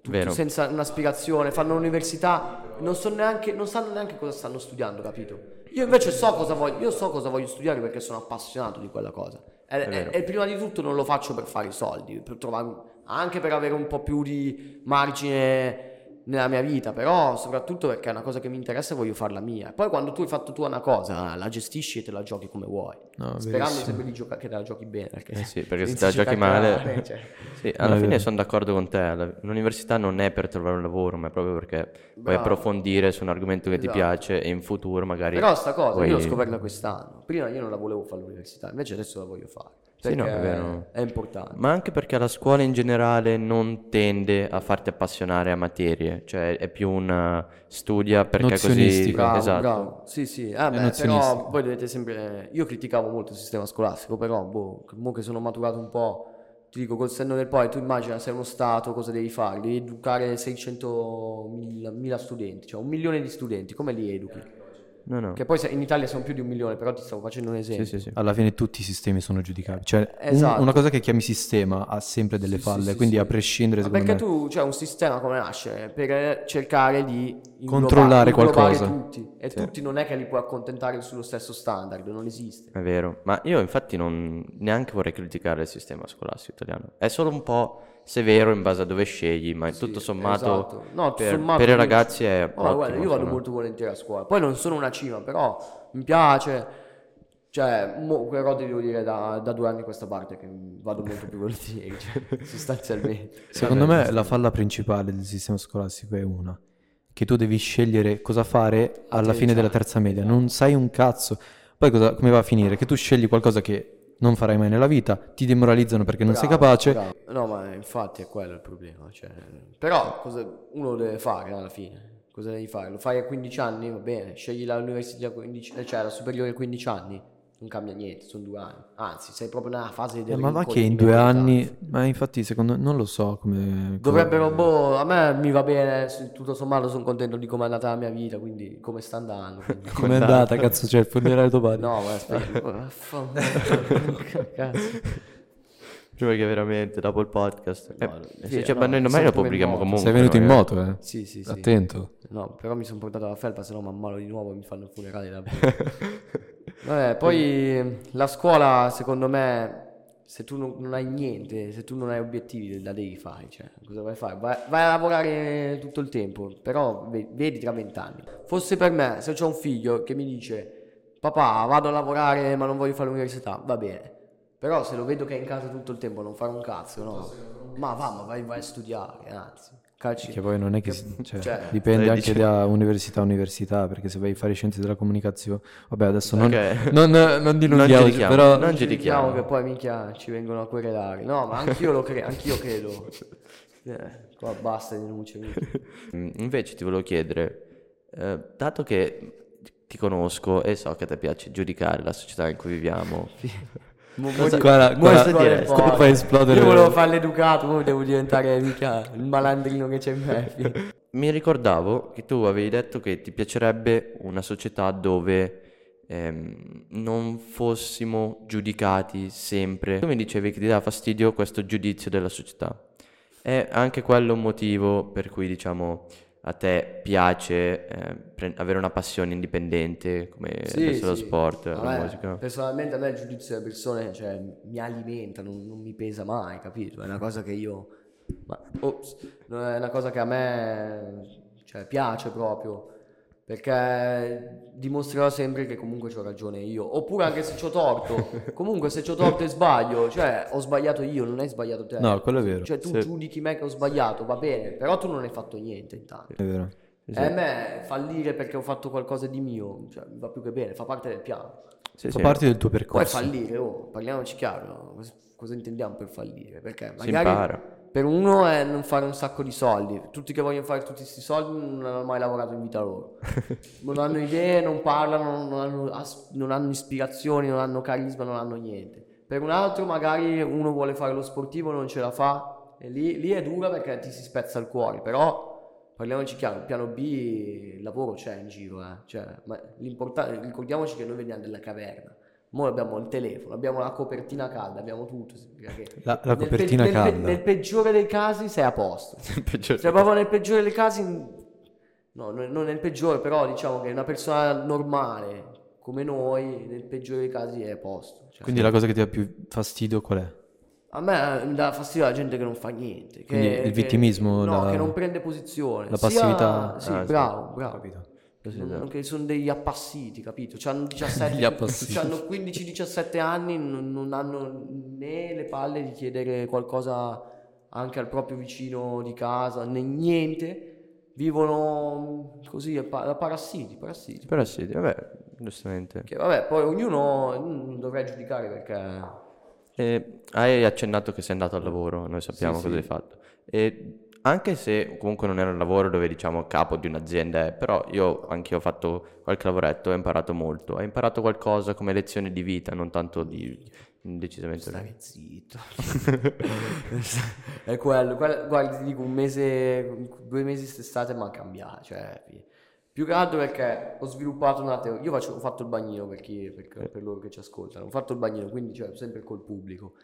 Speaker 1: Tutti
Speaker 2: Vero.
Speaker 1: senza una spiegazione, fanno l'università, non, so neanche, non sanno neanche cosa stanno studiando, capito? Io invece so cosa voglio, io so cosa voglio studiare perché sono appassionato di quella cosa. E, e-
Speaker 2: vero.
Speaker 1: e prima di tutto non lo faccio per fare i soldi, per trovare, un- anche per avere un po' più di margine nella mia vita, però soprattutto perché è una cosa che mi interessa e voglio farla mia. Poi quando tu hai fatto tu una cosa, la gestisci e te la giochi come vuoi.
Speaker 3: No, è
Speaker 1: Sperando
Speaker 3: verissimo.
Speaker 1: sempre di gioca- che te la giochi bene. Perché
Speaker 2: Ah, Eh sì, perché se
Speaker 1: inizi
Speaker 2: te la
Speaker 1: a
Speaker 2: giochi
Speaker 1: calcolare,
Speaker 2: male-
Speaker 1: cioè.
Speaker 2: Sì, alla
Speaker 3: No, è
Speaker 2: fine
Speaker 3: vero.
Speaker 2: sono d'accordo con te. la- L'università non è per trovare un lavoro, ma è proprio perché vuoi
Speaker 1: Bravo.
Speaker 2: approfondire su un argomento che
Speaker 1: Esatto.
Speaker 2: ti piace e in futuro magari.
Speaker 1: Però sta cosa
Speaker 2: vuoi-
Speaker 1: io l'ho scoperta quest'anno. Prima io non la volevo fare all'università, invece adesso la voglio fare.
Speaker 2: Sì, no,
Speaker 1: perché
Speaker 2: è vero.
Speaker 1: è importante.
Speaker 2: Ma anche perché la scuola in generale non tende a farti appassionare a materie, cioè è più una studia perché così.
Speaker 3: Nozionistica.
Speaker 1: Bravo,
Speaker 2: esatto.
Speaker 1: bravo. Sì, sì. Ah,
Speaker 3: È
Speaker 1: beh,
Speaker 3: nozionistico.
Speaker 1: però voi dovete sempre. Io criticavo molto il sistema scolastico, però, boh, mo che sono maturato un po'. Ti dico, col senno del poi, tu immagina sei uno Stato, cosa devi fare? Devi educare 600.000 studenti, cioè un milione di studenti, come li educhi?
Speaker 2: No, no.
Speaker 1: Che poi se- in Italia sono più di un milione, però ti stavo facendo un esempio.
Speaker 2: Sì, sì, sì.
Speaker 3: Alla fine tutti i sistemi sono giudicabili. Cioè, un-
Speaker 1: Esatto.
Speaker 3: una cosa che chiami sistema ha sempre delle
Speaker 1: Sì, sì,
Speaker 3: falle,
Speaker 1: sì,
Speaker 3: quindi
Speaker 1: sì.
Speaker 3: a prescindere
Speaker 1: Ma
Speaker 3: secondo
Speaker 1: perché
Speaker 3: me...
Speaker 1: tu c'è un sistema come nasce per eh, cercare di ingloba-
Speaker 3: Controllare
Speaker 1: inglobare
Speaker 3: qualcosa.
Speaker 1: tutti e tutti non è che li puoi accontentare sullo stesso standard, non esiste.
Speaker 2: È vero, ma io infatti non neanche vorrei criticare il sistema scolastico italiano. È solo un po' severo in base a dove scegli, ma tutto sommato
Speaker 1: esatto. No,
Speaker 2: per,
Speaker 1: sommato
Speaker 2: per i
Speaker 1: io-
Speaker 2: ragazzi è
Speaker 1: Oh, ma guarda, io
Speaker 2: ottimo,
Speaker 1: vado
Speaker 2: secondo me.
Speaker 1: molto volentieri a scuola. Poi non sono una cima, però mi piace. Cioè, mo, però ti devo dire da, da due anni a questa parte che vado molto più volentieri, cioè, sostanzialmente.
Speaker 3: Secondo me la falla principale del sistema scolastico è una, che tu devi scegliere cosa fare alla
Speaker 1: Sì, certo.
Speaker 3: fine
Speaker 1: già.
Speaker 3: della terza media, non sai un cazzo. Poi cosa- come va a finire? Che tu scegli qualcosa che non farai mai nella vita, ti demoralizzano perché non sei
Speaker 1: Bravo,
Speaker 3: capace.
Speaker 1: bravo. No, ma infatti è quello il problema. cioè, però cosa- uno lo deve fare alla fine. Cosa devi fare? Lo fai a 15 anni, va bene. Scegli la università a 15 eh, cioè la superiore a 15 anni. Non cambia niente, sono due anni. Anzi, sei proprio nella fase del
Speaker 3: Eh, ma va che in
Speaker 1: rincoglionimento
Speaker 3: due
Speaker 1: totale.
Speaker 3: anni... Ma infatti secondo non lo so come...
Speaker 1: Dovrebbero,
Speaker 3: come-
Speaker 1: boh, a me mi va bene, s- tutto sommato sono contento di come è andata la mia vita, quindi come sta andando. quindi.
Speaker 3: Com'è andata, cazzo, c'è il funerale domani.
Speaker 1: No, ma aspetta. Vaffanculo, cazzo.
Speaker 2: Prima che veramente, dopo il podcast...
Speaker 1: No,
Speaker 2: eh,
Speaker 1: sì,
Speaker 2: sì, cioè,
Speaker 1: no,
Speaker 2: ma noi ormai
Speaker 1: sono
Speaker 2: lo
Speaker 1: come in
Speaker 2: pubblichiamo
Speaker 1: moto.
Speaker 2: comunque.
Speaker 3: Sei venuto in
Speaker 2: ragazzi.
Speaker 3: moto, eh?
Speaker 1: Sì, sì, sì.
Speaker 3: Attento.
Speaker 1: No, però mi sono portato la felpa, se no mi ammalo di nuovo e mi fanno il funerale da Vabbè, poi la scuola, secondo me, se tu non, non hai niente, se tu non hai obiettivi, la devi fare. Cioè, cosa vai a fare? Vai, vai a lavorare tutto il tempo, però ve- vedi tra vent'anni. Fosse per me, se ho un figlio che mi dice, papà, vado a lavorare ma non voglio fare l'università, va bene. Però se lo vedo che è in casa tutto il tempo, non fare un cazzo, no? Ma va, ma vai, vai a studiare, anzi. Calci.
Speaker 3: Che poi non è che... si- Cioè,
Speaker 1: Cioè,
Speaker 3: dipende
Speaker 2: stai
Speaker 3: anche
Speaker 2: dicendo-
Speaker 3: da università a università, perché se vai a fare scienze della comunicazione... Vabbè, adesso non...
Speaker 2: Ok.
Speaker 3: Non, non dilunghiamo,
Speaker 2: giriamo.
Speaker 3: però...
Speaker 2: Non
Speaker 1: ci
Speaker 2: giudichiamo.
Speaker 1: diciamo che poi minchia ci vengono a querelare. No, ma anch'io lo cre- anch'io credo. Eh, qua basta di luce. minchia.
Speaker 2: Mm, Invece ti volevo chiedere, eh, dato che ti conosco e so che a te piace giudicare la società in cui viviamo,
Speaker 1: Mo- mo- mo-
Speaker 3: Guarda, guarda,
Speaker 1: mo-
Speaker 2: cosa
Speaker 1: mo-
Speaker 2: diresti?
Speaker 1: mo-
Speaker 3: Come
Speaker 1: mo-
Speaker 3: fai a esplodere?
Speaker 1: Io volevo fare l'educato, ora devo diventare mica il malandrino che c'è in me. fi-
Speaker 2: mi ricordavo che tu avevi detto che ti piacerebbe una società dove ehm, non fossimo giudicati sempre. Tu mi dicevi che ti dà fastidio questo giudizio della società. È anche quello un motivo per cui, diciamo, a te piace eh, pre- avere una passione indipendente, come
Speaker 1: Sì,
Speaker 2: adesso lo
Speaker 1: sì.
Speaker 2: sport,
Speaker 1: Vabbè,
Speaker 2: la musica.
Speaker 1: Personalmente a me il giudizio delle persone cioè, mi alimenta, non, non mi pesa mai, capito? È una cosa che io... ma- ops, non è una cosa che a me cioè, piace proprio, perché dimostrerò sempre che comunque ho ragione io, oppure anche se ho torto, comunque se ho torto e sbaglio, cioè ho sbagliato io, non hai sbagliato te.
Speaker 3: No, quello è vero.
Speaker 1: Cioè tu
Speaker 2: Sì.
Speaker 1: giudichi me che ho sbagliato, va bene, però tu non hai fatto niente intanto.
Speaker 3: È vero.
Speaker 1: E
Speaker 2: Esatto.
Speaker 1: a me fallire perché ho fatto qualcosa di mio, cioè, mi va più che bene, fa parte del piano.
Speaker 2: Sì,
Speaker 3: Fa
Speaker 2: sì.
Speaker 3: parte del tuo
Speaker 1: Poi
Speaker 3: percorso.
Speaker 1: fallire, oh, parliamoci chiaro, cosa- cosa intendiamo per fallire? Perché
Speaker 2: Si
Speaker 1: magari
Speaker 2: impara.
Speaker 1: per uno è non fare un sacco di soldi, tutti che vogliono fare tutti questi soldi non hanno mai lavorato in vita loro, non hanno idee, non parlano, non hanno, as- non hanno ispirazioni, non hanno carisma, non hanno niente. Per un altro magari uno vuole fare lo sportivo, non ce la fa, e lì, lì è dura perché ti si spezza il cuore, però... Parliamoci chiaro, il piano B il lavoro c'è in giro, eh. Cioè, ma l'importante, ricordiamoci che noi veniamo dalla caverna. Ora abbiamo il telefono, abbiamo la copertina calda, abbiamo tutto. significa che-
Speaker 3: La, la
Speaker 1: nel pe-
Speaker 3: copertina
Speaker 1: nel pe-
Speaker 3: calda.
Speaker 1: nel peggiore dei casi sei a posto.
Speaker 2: Peggior-
Speaker 1: Cioè, proprio nel peggiore dei casi, no, non non nel peggiore, però diciamo che una persona normale come noi, nel peggiore dei casi è a posto. Cioè,
Speaker 3: Quindi la cosa che ti dà più fastidio qual è?
Speaker 1: a me eh, mi dà fastidio la gente che non fa niente. Che,
Speaker 3: Quindi il
Speaker 1: che-
Speaker 3: vittimismo,
Speaker 1: Eh, no,
Speaker 3: la-
Speaker 1: che non prende posizione.
Speaker 3: la
Speaker 1: Sia-
Speaker 3: passività.
Speaker 1: sì,
Speaker 2: Ah, sì.
Speaker 1: bravo, bravo.
Speaker 2: Sì,
Speaker 1: Non-
Speaker 2: esatto.
Speaker 1: Che sono degli appassiti, capito? C'hanno 17,
Speaker 3: Gli appassiti.
Speaker 1: c'hanno 15-17 anni, non, non hanno né le palle di chiedere qualcosa anche al proprio vicino di casa, né niente. Vivono così, a pa- da parassiti, parassiti.
Speaker 2: Però sì, vabbè, giustamente.
Speaker 1: Che vabbè, poi ognuno non dovrei giudicare perché...
Speaker 2: Eh, hai accennato che sei andato al lavoro, noi sappiamo
Speaker 1: Sì,
Speaker 2: cosa
Speaker 1: sì.
Speaker 2: hai fatto. E anche se comunque non era un lavoro dove diciamo capo di un'azienda, è, però io anche ho fatto qualche lavoretto e ho imparato molto. Hai imparato qualcosa come lezione di vita, non tanto di decisamente.
Speaker 1: Stai zitto. è quello, guarda, guarda, ti dico un mese, due mesi quest'estate ma cambiare, cioè pi- più che altro perché ho sviluppato una teoria, io faccio- ho fatto il bagnino per, chi,
Speaker 3: Eh.
Speaker 1: per, per loro che ci ascoltano, ho fatto il bagnino quindi cioè, sempre col pubblico.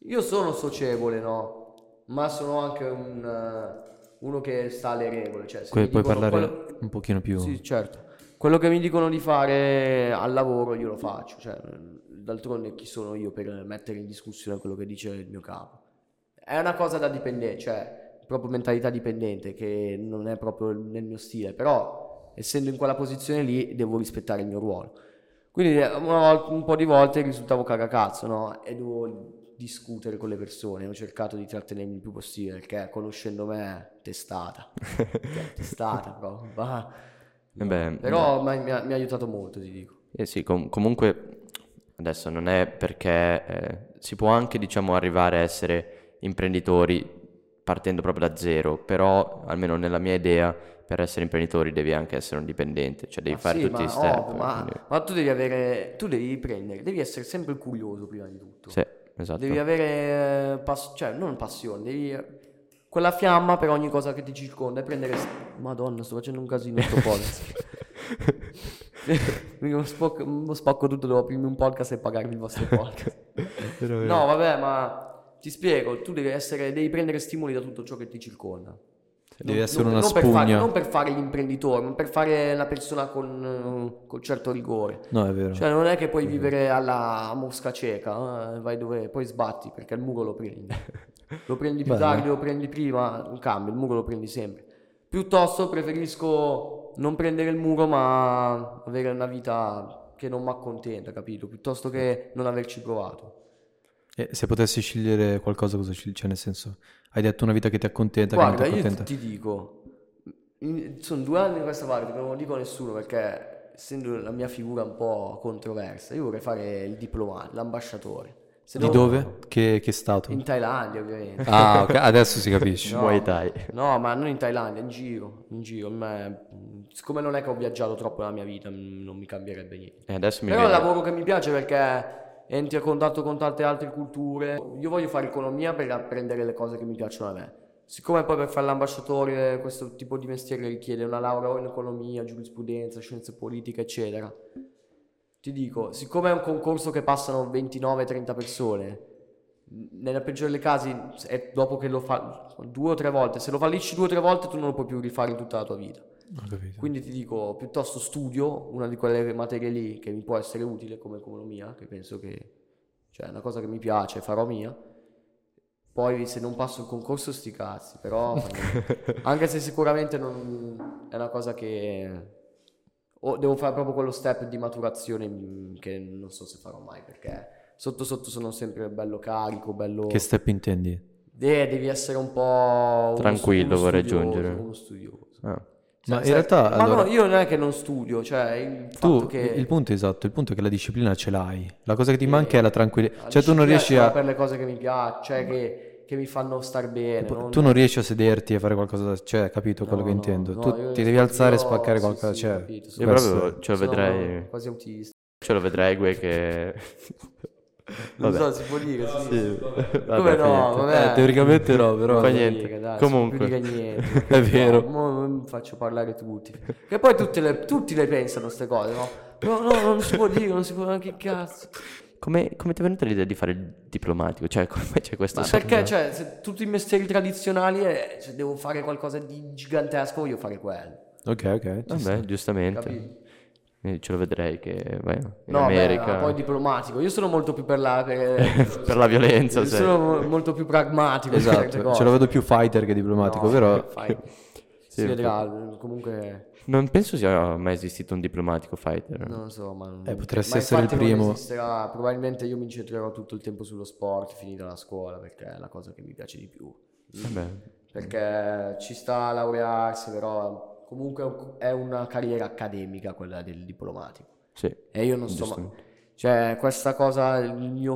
Speaker 1: Io sono socievole, no? Ma sono anche un, eh, uno che sta alle regole, cioè se
Speaker 3: Que-
Speaker 1: mi
Speaker 3: puoi
Speaker 1: dicono
Speaker 3: parlare
Speaker 1: quello-
Speaker 3: un pochino più.
Speaker 1: sì, certo. Quello che mi dicono di fare al lavoro io lo faccio, cioè, d'altronde chi sono io per mettere in discussione quello che dice il mio capo? È una cosa da dipendente, cioè proprio mentalità dipendente che non è proprio nel mio stile, però essendo in quella posizione lì devo rispettare il mio ruolo. Quindi eh, una vol- un po' di volte risultavo cagacazzo, no? E dovevo discutere con le persone, ho cercato di trattenermi il più possibile, perché conoscendo me, testata, Cioè, testata proprio. va.
Speaker 2: Eh beh,
Speaker 1: Però mi ha- mi ha mi ha aiutato molto, ti dico.
Speaker 2: Eh sì, com- comunque adesso non è perché eh, si può anche, diciamo, arrivare a essere imprenditori partendo proprio da zero, però almeno nella mia idea, per essere imprenditori devi anche essere un dipendente, cioè devi
Speaker 1: Ma
Speaker 2: fare
Speaker 1: sì,
Speaker 2: tutti
Speaker 1: ma
Speaker 2: i step.
Speaker 1: ovvio, ma,
Speaker 2: quindi-
Speaker 1: ma tu devi avere, tu devi prendere, devi essere sempre curioso prima di tutto.
Speaker 2: Sì, esatto.
Speaker 1: Devi avere, eh, pass- cioè non passione, devi eh, quella fiamma per ogni cosa che ti circonda e prendere... Madonna, sto facendo un casino sto podcast. Mi spocco, mi spocco tutto, devo aprirmi un podcast e pagarmi il vostro podcast. no,
Speaker 3: Cioè,
Speaker 1: vabbè, ma ti spiego, tu devi, essere, devi prendere stimoli da tutto ciò che ti circonda.
Speaker 3: Devi
Speaker 1: Non-
Speaker 3: essere
Speaker 1: non-
Speaker 3: una
Speaker 1: non per fare-
Speaker 3: spugna.
Speaker 1: non per fare l'imprenditore, ma per fare la persona con, eh, con certo rigore.
Speaker 3: No, è vero.
Speaker 1: Cioè, non è che puoi vivere alla mosca cieca, eh, vai dove poi sbatti perché il muro lo prendi. Lo prendi più
Speaker 3: Bene.
Speaker 1: tardi, lo prendi prima, non cambia, il muro lo prendi sempre. Piuttosto preferisco non prendere il muro, ma avere una vita che non mi accontenta, capito? Piuttosto che non averci provato.
Speaker 3: E se potessi scegliere qualcosa, cosa scegli? Cioè, nel senso, hai detto una vita che ti accontenta,
Speaker 1: Guarda,
Speaker 3: che non
Speaker 1: io
Speaker 3: ti
Speaker 1: ti,
Speaker 3: accontenta.
Speaker 1: ti dico, in- sono due anni da questa parte che non lo dico a nessuno perché essendo la mia figura un po' controversa, io vorrei fare il diplomatico, l'ambasciatore. Se
Speaker 3: Di
Speaker 1: no-
Speaker 3: dove? Che, che stato?
Speaker 1: In Thailandia, ovviamente.
Speaker 3: Esatto. Ah, ok, adesso si capisce.
Speaker 1: No.
Speaker 2: Muay Thai.
Speaker 1: No, ma non in Thailandia, in giro, in giro. Ma, mm, siccome non è che ho viaggiato troppo nella mia vita, mm, non mi cambierebbe niente.
Speaker 2: E Eh, adesso mi
Speaker 1: Però è un
Speaker 2: viene-
Speaker 1: lavoro che mi piace perché entri a contatto con tante altre culture. Io voglio fare economia per apprendere le cose che mi piacciono a me. Siccome poi per fare l'ambasciatore questo tipo di mestiere richiede una laurea o in economia, giurisprudenza, scienze politiche, eccetera. Ti dico, siccome è un concorso che passano 29-30 persone, nella peggiore dei casi è dopo che lo fa due o tre volte, se lo fallisci due o tre volte tu non lo puoi più rifare in tutta la tua vita.
Speaker 3: Ho capito.
Speaker 1: Quindi ti dico, piuttosto studio una di quelle materie lì che mi può essere utile come economia, che penso che cioè, è una cosa che mi piace, farò mia. Poi se non passo il concorso sti cazzi, però anche se sicuramente non è una cosa che o devo fare proprio quello step di maturazione mm, che non so se farò mai perché sotto sotto sono sempre bello carico, bello
Speaker 3: Che step intendi?
Speaker 1: eh, devi essere un po' uno stu-
Speaker 2: Tranquillo,
Speaker 1: uno
Speaker 2: vorrei
Speaker 1: studioso,
Speaker 2: aggiungere.
Speaker 1: uno studioso.
Speaker 2: Ah.
Speaker 3: Ma in
Speaker 1: Cioè, Sai-
Speaker 3: realtà,
Speaker 1: ma
Speaker 3: allora-
Speaker 1: no, io non è che non studio, cioè il fatto
Speaker 3: Tu,
Speaker 1: che
Speaker 3: il punto è esatto, il punto è che la disciplina ce l'hai. La cosa che ti
Speaker 1: Eh,
Speaker 3: manca è la tranquillità. Cioè, tu non riesci a...
Speaker 1: per le cose che mi piacciono, cioè che, che mi fanno star bene,
Speaker 3: Tipo, Tu non riesci a sederti e fare qualcosa, cioè, capito quello
Speaker 1: Eh, No,
Speaker 3: che
Speaker 1: no,
Speaker 3: intendo?
Speaker 1: no,
Speaker 3: tu
Speaker 1: io-
Speaker 3: ti devi alzare e
Speaker 1: io-
Speaker 3: spaccare
Speaker 1: sì,
Speaker 3: qualcosa,
Speaker 1: sì,
Speaker 3: cioè.
Speaker 1: capito, sì.
Speaker 2: Io
Speaker 3: questo-
Speaker 2: proprio ce lo
Speaker 1: sono
Speaker 2: vedrei,
Speaker 1: quasi autista.
Speaker 2: ce lo vedrei, Gue, che...
Speaker 1: Non so,
Speaker 2: Vabbè.
Speaker 1: si può dire, sì.
Speaker 2: Sì.
Speaker 1: Come
Speaker 2: Vabbè,
Speaker 1: no,
Speaker 2: finito.
Speaker 1: vabbè.
Speaker 3: Eh, teoricamente no,
Speaker 1: Non
Speaker 3: però...
Speaker 2: Fa
Speaker 1: si può
Speaker 2: niente.
Speaker 1: dire, dai,
Speaker 2: Comunque.
Speaker 1: non si può dire niente.
Speaker 3: È vero.
Speaker 1: No, mo non faccio parlare tutti. Che poi tutte le, tutti le pensano queste cose, no? No, no, non si può dire, non si può neanche cazzo.
Speaker 2: Come, come ti è venuta l'idea di fare il diplomatico? Cioè, come c'è questa
Speaker 1: Ma
Speaker 2: sorta-
Speaker 1: perché, cioè, se tutti i mestieri tradizionali, eh, se devo fare qualcosa di gigantesco, voglio fare quello.
Speaker 3: Ok, ok. ci sta.
Speaker 2: Vabbè, giustamente.
Speaker 1: Capito.
Speaker 2: Eh, Ce lo vedrei che vai in
Speaker 1: beh,
Speaker 2: America.
Speaker 1: ma poi diplomatico. Io sono molto più per la... Per, eh,
Speaker 2: per la violenza,
Speaker 1: Io
Speaker 2: sai.
Speaker 1: sono mo- molto più pragmatico su certe
Speaker 3: Esatto,
Speaker 1: cose.
Speaker 3: ce lo vedo più fighter che diplomatico,
Speaker 1: No,
Speaker 3: però...
Speaker 1: fai-
Speaker 2: Sì,
Speaker 1: si
Speaker 2: infatti.
Speaker 1: vedrà, comunque...
Speaker 2: Non penso sia mai esistito un diplomatico fighter.
Speaker 1: Non lo so, ma...
Speaker 3: Eh, potresti
Speaker 1: ma
Speaker 3: essere il
Speaker 1: infatti non
Speaker 3: primo.
Speaker 1: esisterà. Probabilmente io mi incentrerò tutto il tempo sullo sport, finita la scuola, perché è la cosa che mi piace di più.
Speaker 2: Vabbè.
Speaker 1: Perché ci sta a laurearsi, però comunque è una carriera accademica quella del diplomatico.
Speaker 2: Sì.
Speaker 1: E io non so... ma-
Speaker 2: giustamente.
Speaker 1: Cioè, questa cosa, il mio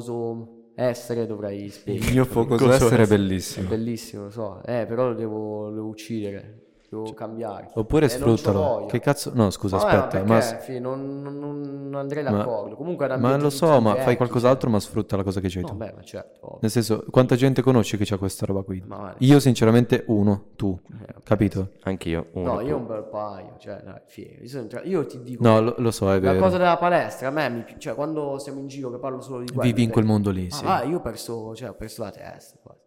Speaker 1: fuocoso essere dovrei spiegare.
Speaker 3: Il mio focus essere è bellissimo.
Speaker 1: Bellissimo, lo so, eh, però lo devo, lo devo uccidere, devo cambiare.
Speaker 3: Cioè, Oppure
Speaker 1: Eh, non ce
Speaker 3: sfruttalo.
Speaker 1: voglio.
Speaker 3: Che cazzo? No, scusa,
Speaker 1: Vabbè,
Speaker 3: aspetta.
Speaker 1: ma
Speaker 3: ma,
Speaker 1: perché, fi- non, non- non andrei
Speaker 3: Ma-
Speaker 1: d'accordo. Comunque è un
Speaker 3: ma
Speaker 1: ambiente
Speaker 3: lo
Speaker 1: di
Speaker 3: so,
Speaker 1: tutti
Speaker 3: ma
Speaker 1: vecchi,
Speaker 3: fai qualcos'altro, ma sfrutta la cosa che c'hai
Speaker 1: cioè.
Speaker 3: tu.
Speaker 1: No, beh, ma certo, ovvio.
Speaker 3: Nel senso, quanta gente conosci che c'ha questa roba qui?
Speaker 1: Ma guarda,
Speaker 3: Io, sinceramente, uno, tu,
Speaker 1: eh,
Speaker 3: capito?
Speaker 2: Anch'io. Uno,
Speaker 1: No, io
Speaker 2: tu.
Speaker 1: un bel paio, cioè, dai, fi- io, sono entra- io ti dico,
Speaker 3: No, lo, lo so, è
Speaker 1: la
Speaker 3: vero.
Speaker 1: cosa della palestra, a me, mi pi- cioè, quando siamo in giro che parlo solo di quello,
Speaker 3: Vivi in
Speaker 1: te-
Speaker 3: quel mondo lì,
Speaker 1: Ah,
Speaker 3: sì.
Speaker 1: ah, io ho perso, cioè, ho perso la testa. quasi.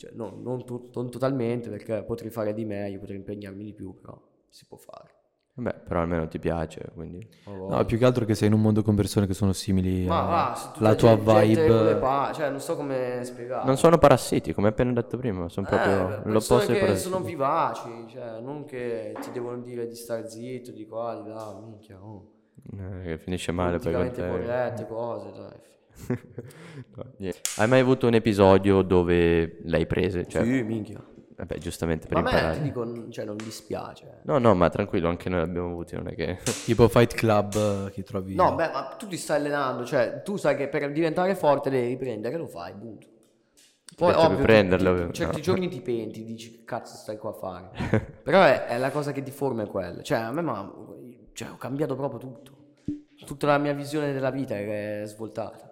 Speaker 1: Cioè, no, non, tu- non totalmente perché potrei fare di meglio, potrei impegnarmi di più, però si può fare.
Speaker 2: Vabbè, però almeno ti piace, quindi...
Speaker 1: Ma va.
Speaker 3: No, più che altro che sei in un mondo con persone che sono simili
Speaker 1: Ma va,
Speaker 3: alla
Speaker 1: se tutta
Speaker 3: la tua
Speaker 1: gente- gente con le
Speaker 3: vibe.
Speaker 1: pa- cioè, non so come spiegare.
Speaker 2: Non sono parassiti, come appena detto prima. Sono proprio
Speaker 1: Ah. eh,
Speaker 2: l'opposto
Speaker 1: persone
Speaker 2: dei
Speaker 1: che
Speaker 2: parassiti.
Speaker 1: sono vivaci, cioè, non che ti devono dire di star zitto, di qua, di là, minchia, oh.
Speaker 2: Eh, che finisce male poi con
Speaker 1: Politicamente
Speaker 2: te.
Speaker 1: corrette, cose, dai.
Speaker 2: No, niente. Hai mai avuto un episodio dove l'hai prese? Cioè,
Speaker 3: Certo.
Speaker 1: sì, minchia.
Speaker 2: Vabbè, giustamente
Speaker 1: Ma a
Speaker 2: per
Speaker 1: me, ti
Speaker 2: imparare.
Speaker 1: dico, n- cioè, non dispiace.
Speaker 2: No, no, ma tranquillo, anche noi l'abbiamo avuti, non è che...
Speaker 3: Tipo Fight Club eh, che trovi...
Speaker 1: No, beh, ma tu ti stai allenando, cioè, tu sai che per diventare forte devi prendere, lo fai, punto.
Speaker 2: Ti metti a
Speaker 1: ti-
Speaker 2: prenderlo,
Speaker 1: ti-
Speaker 2: ovvio,
Speaker 1: certi
Speaker 2: no.
Speaker 1: giorni ti penti, dici che cazzo stai qua a fare. Però è, è la cosa che ti forma è quella. Cioè, a me ma, cioè, ho cambiato proprio tutto. Tutta la mia visione della vita è svoltata.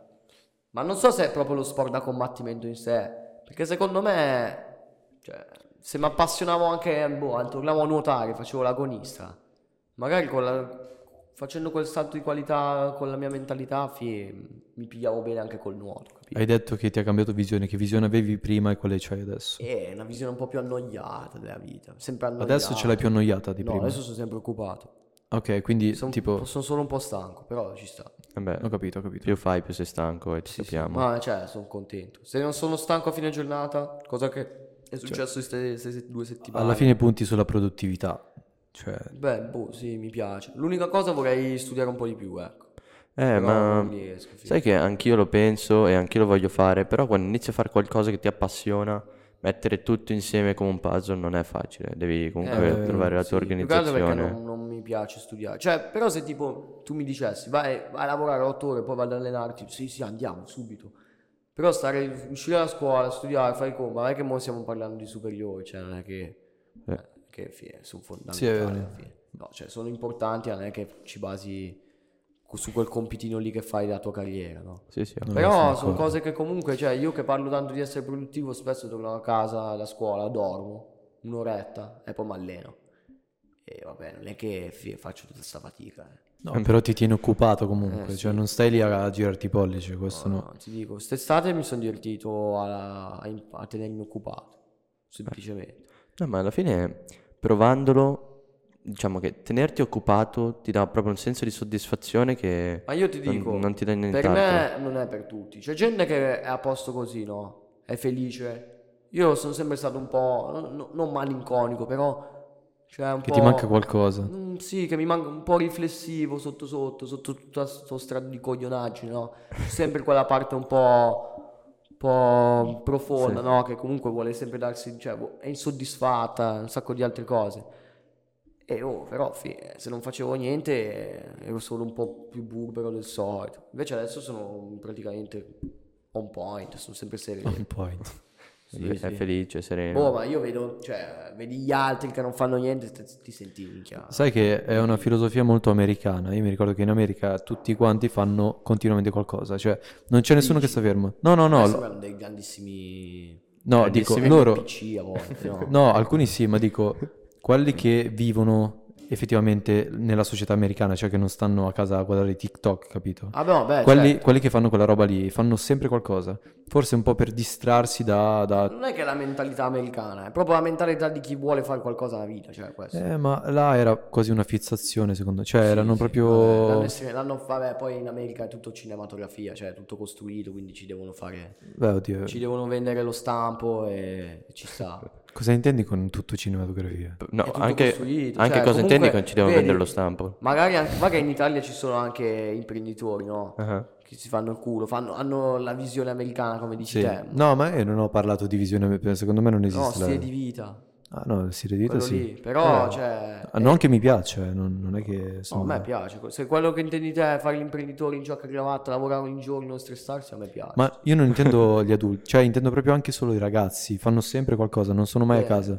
Speaker 1: Ma non so se è proprio lo sport da combattimento in sé, perché secondo me, cioè, se mi appassionavo anche, boh, tornavo a nuotare, facevo l'agonista, magari con la- facendo quel salto di qualità con la mia mentalità, fi- mi pigliavo bene anche col nuoto, capito?
Speaker 3: Hai detto che ti ha cambiato visione, che visione avevi prima e quale c'hai adesso?
Speaker 1: È una visione un po' più annoiata della vita, sempre annoiata.
Speaker 3: Adesso ce l'hai più annoiata di
Speaker 1: No,
Speaker 3: prima.
Speaker 1: adesso sono sempre occupato.
Speaker 3: Ok, quindi
Speaker 1: Sono,
Speaker 3: tipo...
Speaker 1: sono solo un po' stanco, però ci sta.
Speaker 2: Vabbè,
Speaker 3: Ho capito, ho capito.
Speaker 2: più fai, più sei stanco e ci sappiamo.
Speaker 1: Ma cioè, sono contento. Se non sono stanco a fine giornata, cosa che
Speaker 2: Cioè
Speaker 1: è successo queste queste due settimane.
Speaker 3: Alla fine punti sulla produttività. Cioè,
Speaker 1: Beh, boh, sì, mi piace. L'unica cosa vorrei studiare un po' di più, ecco.
Speaker 2: Eh,
Speaker 1: Però
Speaker 2: ma...
Speaker 1: non riesco, fi-
Speaker 2: Sai che anch'io lo penso e anch'io lo voglio fare, però quando inizi a fare qualcosa che ti appassiona, mettere tutto insieme come un puzzle non è facile, devi
Speaker 1: Eh,
Speaker 2: comunque
Speaker 1: beh,
Speaker 2: trovare la
Speaker 1: sì,
Speaker 2: tua
Speaker 1: più che altro perché
Speaker 2: organizzazione.
Speaker 1: non, non mi piace studiare. Cioè, però se tipo tu mi dicessi vai, vai a lavorare 8 ore, poi vai ad allenarti, sì, sì, andiamo subito. Però stare, uscire dalla scuola, studiare, fare i comba, non è che mo stiamo parlando di superiori, cioè non è che,
Speaker 2: Eh.
Speaker 1: eh, che fine, sono
Speaker 3: Sì, è vero.
Speaker 1: fondamentali alla fine. No, cioè sono importanti, ma non è che ci basi cu- su quel compitino lì che fai della tua carriera, no?
Speaker 2: Sì, sì.
Speaker 3: No. sono
Speaker 1: Però sono
Speaker 3: d'accordo.
Speaker 1: cose che comunque, cioè io che parlo tanto di essere produttivo, spesso torno a casa da scuola, dormo un'oretta e poi mi alleno. E vabbè, non è che fi- faccio tutta questa fatica. eh.
Speaker 3: no, però ti tieni occupato comunque,
Speaker 1: Eh, sì.
Speaker 3: cioè non stai lì a girarti i pollici, questo no.
Speaker 1: No, ti dico, quest'estate mi sono divertito a, a imp- a tenermi occupato, semplicemente.
Speaker 2: No, ma alla fine provandolo, diciamo che tenerti occupato ti dà proprio un senso di soddisfazione che
Speaker 1: Ma io ti
Speaker 2: non,
Speaker 1: dico,
Speaker 2: non ti dà
Speaker 1: per
Speaker 2: nient'altro.
Speaker 1: me non è per tutti. C'è gente che è a posto così, no? È felice. Io sono sempre stato un po', no- no- non malinconico, però... Cioè un
Speaker 3: Che
Speaker 1: po'...
Speaker 3: ti manca qualcosa.
Speaker 1: Mm, sì, che mi manca un po' riflessivo sotto sotto, sotto tutto questo strato di coglionaggine, no? C'è Sempre quella parte un po', un po' profonda,
Speaker 2: Sì.
Speaker 1: no? Che comunque vuole sempre darsi, cioè, boh, è insoddisfatta, un sacco di altre cose. E oh, però fi- se non facevo niente eh, ero solo un po' più burbero del solito. Invece adesso sono praticamente on point, sono sempre serio.
Speaker 3: On point.
Speaker 1: Sì,
Speaker 2: è
Speaker 1: sì.
Speaker 2: felice, sereno.
Speaker 1: Boh, ma io vedo, cioè, vedi gli altri che non fanno niente, te- ti senti minchia.
Speaker 3: Sai che è una filosofia molto americana. Io mi ricordo che in America tutti quanti fanno continuamente qualcosa, cioè non c'è nessuno che sta fermo. No, no,
Speaker 1: Ma
Speaker 3: no,
Speaker 1: sembrano dei grandissimi
Speaker 3: no, dico
Speaker 2: grandissimi
Speaker 3: loro
Speaker 1: PC a volte, no?
Speaker 3: No, alcuni sì, ma dico quelli che vivono effettivamente nella società americana, cioè che non stanno a casa a guardare i TikTok, capito?
Speaker 1: Ah, beh, vabbè,
Speaker 3: quelli,
Speaker 1: certo.
Speaker 3: quelli che fanno quella roba lì fanno sempre qualcosa, forse un po' per distrarsi da... da-
Speaker 1: Non è che è la mentalità americana, è proprio la mentalità di chi vuole fare qualcosa nella vita, cioè questo.
Speaker 3: Eh, ma là era quasi una fissazione, secondo me, cioè
Speaker 1: Sì,
Speaker 3: erano
Speaker 1: sì,
Speaker 3: proprio...
Speaker 1: vabbè, l'hanno essere- l'hanno- vabbè, poi in America è tutto cinematografia, cioè è tutto costruito, quindi ci devono fare...
Speaker 3: Beh, oddio,
Speaker 1: Ci devono vendere lo stampo e, e ci sta.
Speaker 3: cosa intendi con tutto cinematografia?
Speaker 2: No,
Speaker 1: È tutto
Speaker 2: anche,
Speaker 1: costruito,
Speaker 2: anche
Speaker 1: cioè,
Speaker 2: cosa
Speaker 1: comunque,
Speaker 2: intendi che ci devono
Speaker 1: vedi-
Speaker 2: vendere lo stampo?
Speaker 1: Magari anche, magari in Italia ci sono anche imprenditori, no?
Speaker 3: Eh.
Speaker 2: Ah,
Speaker 1: Che si fanno il culo, fanno- hanno la visione americana, come dici
Speaker 3: Sì.
Speaker 1: te.
Speaker 3: No, ma io non ho parlato di visione, secondo me non esiste...
Speaker 1: No,
Speaker 3: la-
Speaker 1: stile di vita.
Speaker 3: Ah no, stile di vita
Speaker 1: quello
Speaker 3: sì.
Speaker 1: lì. Però,
Speaker 3: Eh,
Speaker 1: cioè...
Speaker 3: ah, Non che mi piace, eh, non, non è che...
Speaker 1: No,
Speaker 3: sono-
Speaker 1: a me piace. Se quello che intendi te è fare l'imprenditore in giacca e cravatta, lavorare un giorno, non stressarsi, a me piace.
Speaker 3: Ma io non intendo gli adulti, cioè intendo proprio anche solo i ragazzi, fanno sempre qualcosa, non sono mai a
Speaker 1: Eh,
Speaker 3: casa.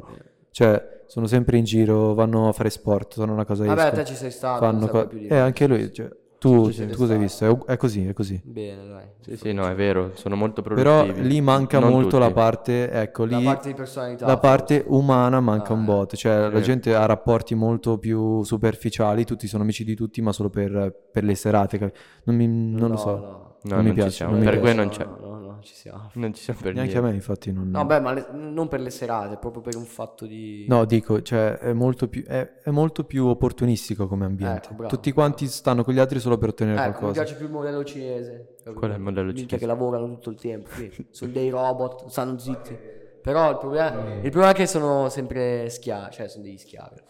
Speaker 3: Cioè, sono sempre in giro, vanno a fare sport, tornano a casa
Speaker 1: Vabbè,
Speaker 3: escono,
Speaker 1: te ci sei stato,
Speaker 3: fanno
Speaker 1: non serve
Speaker 3: co-
Speaker 1: più di
Speaker 3: Eh,
Speaker 1: me.
Speaker 3: anche lui, cioè, tu,
Speaker 1: Ci siete
Speaker 3: tu cosa hai
Speaker 1: stati.
Speaker 3: visto? È, u- è così, è così.
Speaker 1: Bene, dai.
Speaker 2: Sì, sì, no, è vero, sono molto
Speaker 3: Però
Speaker 2: produttivi.
Speaker 3: lì manca
Speaker 2: Non
Speaker 3: molto la
Speaker 2: tutti.
Speaker 3: parte, ecco, lì
Speaker 1: La parte di personalità.
Speaker 3: la parte umana manca
Speaker 1: Ah,
Speaker 3: un botto, cioè la
Speaker 2: Sì.
Speaker 3: gente ha rapporti molto più superficiali, tutti sono amici di tutti, ma solo per, per le serate, capi- non, mi- non lo
Speaker 1: No,
Speaker 3: so.
Speaker 1: no.
Speaker 2: No, non
Speaker 3: non mi
Speaker 2: ci
Speaker 3: piace,
Speaker 2: siamo,
Speaker 3: non mi
Speaker 2: per
Speaker 3: piace.
Speaker 2: cui non c'è.
Speaker 1: No, no, no, ci siamo.
Speaker 2: Non ci siamo per
Speaker 3: Neanche a
Speaker 2: niente.
Speaker 3: me, infatti, non...
Speaker 1: No, beh, ma le- non per le serate, proprio per un fatto di...
Speaker 3: No, dico, cioè, è molto più, è, è molto più opportunistico come ambiente.
Speaker 1: Ecco, bravo,
Speaker 3: Tutti quanti stanno con gli altri solo per ottenere
Speaker 1: Ecco, mi
Speaker 3: qualcosa.
Speaker 1: piace più il modello cinese.
Speaker 2: Eh, Qual è il modello
Speaker 1: Minchia
Speaker 2: cinese?
Speaker 1: che lavorano tutto il tempo, sì. sono dei robot, stanno zitti. Però il problema, il problema è che sono sempre schiavi, cioè sono degli schiavi.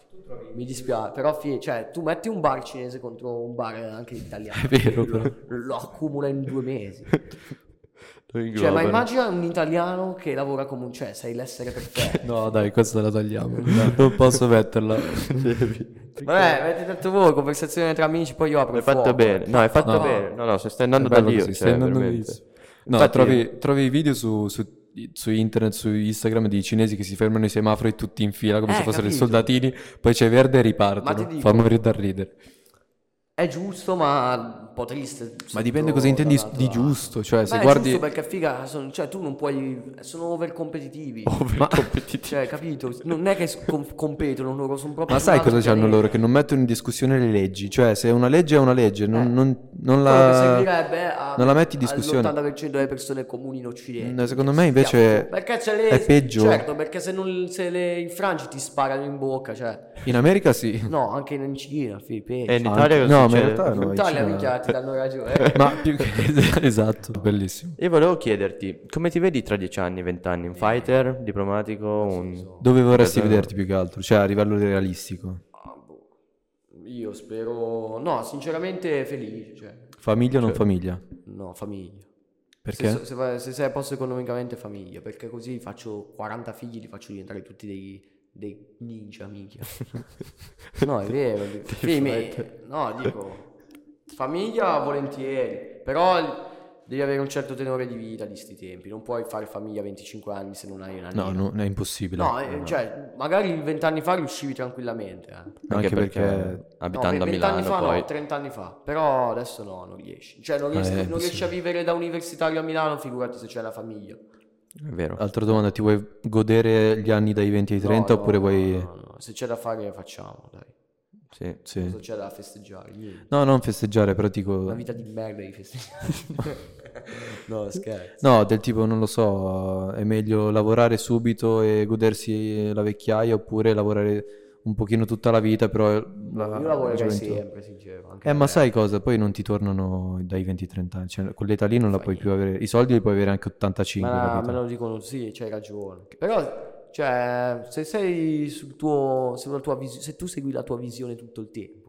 Speaker 1: Mi dispiace, però fi- cioè, tu metti un bar cinese contro un bar anche italiano.
Speaker 2: È vero, però.
Speaker 1: Lo, lo accumula in due mesi. Cioè, ma immagina un italiano che lavora come un... Cioè, sei l'essere perfetto.
Speaker 3: No, dai, questa la tagliamo. non posso metterla.
Speaker 1: Vabbè, avete detto voi, conversazione tra amici, poi io apro
Speaker 2: L'hai
Speaker 1: il
Speaker 2: fatta
Speaker 1: fuoco.
Speaker 2: bene. No, hai fatto
Speaker 3: No.
Speaker 2: bene. No, no, se stai
Speaker 3: È
Speaker 2: andando da
Speaker 3: bello
Speaker 2: Dio.
Speaker 3: così,
Speaker 2: cioè,
Speaker 3: stai andando
Speaker 2: veramente.
Speaker 3: all'inizio. No,
Speaker 2: Infatti-
Speaker 3: trovi, trovi i video su, su, su internet, su Instagram di cinesi che si fermano ai semafori tutti in fila come
Speaker 1: Eh,
Speaker 3: se fossero dei
Speaker 1: capito.
Speaker 3: soldatini, poi c'è verde e
Speaker 1: Ma ti
Speaker 3: ripartono.
Speaker 1: dico-
Speaker 3: Fa morire da ridere.
Speaker 1: È giusto, ma un po' triste.
Speaker 3: Ma dipende cosa intendi
Speaker 1: dall'altro
Speaker 3: di
Speaker 1: lato.
Speaker 3: giusto, cioè se
Speaker 1: Beh, è
Speaker 3: guardi...
Speaker 1: giusto perché figa, sono- cioè, tu non puoi... Sono overcompetitivi.
Speaker 3: Oh,
Speaker 2: Ma- competitivo.
Speaker 1: Cioè, capito? Non è che scom- competono loro, sono proprio...
Speaker 3: Ma
Speaker 1: su
Speaker 3: sai
Speaker 1: un altro
Speaker 3: cosa c'hanno
Speaker 1: pianeta.
Speaker 3: loro? Che non mettono in discussione le leggi, cioè se una legge è una legge, non,
Speaker 1: Eh.
Speaker 3: non- non
Speaker 1: Quello che
Speaker 3: la...
Speaker 1: servirebbe a-
Speaker 3: non la metti in discussione.
Speaker 1: all'80% delle persone comuni in Occidente.
Speaker 3: No, secondo me invece
Speaker 1: Perché ce le...
Speaker 3: è peggio.
Speaker 1: Certo, perché se, non, se le infrangi ti sparano in bocca, cioè...
Speaker 3: In America sì.
Speaker 1: No, anche in Cina, Filippine.
Speaker 2: E in Italia cosa
Speaker 3: Eh, No, ma in
Speaker 2: succede?
Speaker 3: realtà no.
Speaker 1: In Italia,
Speaker 3: Cina-
Speaker 1: minchia, ti danno ragione. Eh,
Speaker 3: Ma più che... esatto, bellissimo.
Speaker 2: Io volevo chiederti, come ti vedi tra 10 anni, 20 anni? Un fighter, diplomatico, un...
Speaker 3: Dove vorresti
Speaker 2: Esatto.
Speaker 3: vederti più che altro? Cioè a livello realistico.
Speaker 1: Ah, boh. Io spero... No, sinceramente felice, cioè...
Speaker 3: Famiglia o non famiglia?
Speaker 1: No, famiglia.
Speaker 3: Perché?
Speaker 1: Se, so- se va- se sei a posto economicamente, famiglia. Perché così faccio 40 figli, li faccio diventare tutti dei, dei ninja, minchia. no, è vero. di- sì, mi- no, dico, famiglia volentieri, però l- devi avere un certo tenore di vita di sti tempi. Non puoi fare famiglia a 25 anni se non hai una
Speaker 3: No,
Speaker 1: nera.
Speaker 3: no, è impossibile.
Speaker 1: No, eh, cioè, magari 20 anni fa riuscivi tranquillamente. eh.
Speaker 3: Anche perché,
Speaker 2: abitando
Speaker 1: no,
Speaker 2: a
Speaker 1: 20 anni
Speaker 2: Milano
Speaker 1: fa
Speaker 2: poi...
Speaker 1: no, 30 anni fa, però adesso no, non riesci. Cioè, non riesci,
Speaker 3: Eh,
Speaker 1: non riesci
Speaker 3: possibile.
Speaker 1: a vivere da universitario a Milano, figurati se c'è la famiglia.
Speaker 2: È vero.
Speaker 3: altra domanda, ti vuoi godere gli anni dai 20 ai 30
Speaker 1: No, no,
Speaker 3: oppure
Speaker 1: no,
Speaker 3: vuoi... Eh.
Speaker 1: no, no, no. Se c'è da fare, facciamo. Dai.
Speaker 2: Sì.
Speaker 3: Sì.
Speaker 1: Cosa c'è da festeggiare? Niente.
Speaker 3: No, non festeggiare, però dico...
Speaker 1: Una vita di merda di festeggiare. no, scherzo.
Speaker 3: No, del tipo, non lo so, è meglio lavorare subito e godersi la vecchiaia oppure lavorare un pochino tutta la vita, però... La,
Speaker 1: Io
Speaker 3: la
Speaker 1: lavorerei
Speaker 3: gioventù.
Speaker 1: sempre, sincero. Anche
Speaker 3: Eh, ma
Speaker 1: perché-
Speaker 3: sai cosa? Poi non ti tornano dai 20-30 anni, cioè con l'età lì non la
Speaker 1: Fai
Speaker 3: puoi più avere, i soldi li puoi avere anche 85,
Speaker 1: Ma
Speaker 3: capito?
Speaker 1: me lo dicono sì, c'hai ragione. Però, cioè, se sei sul tuo, sulla tua vis- se tu segui la tua visione tutto il tempo,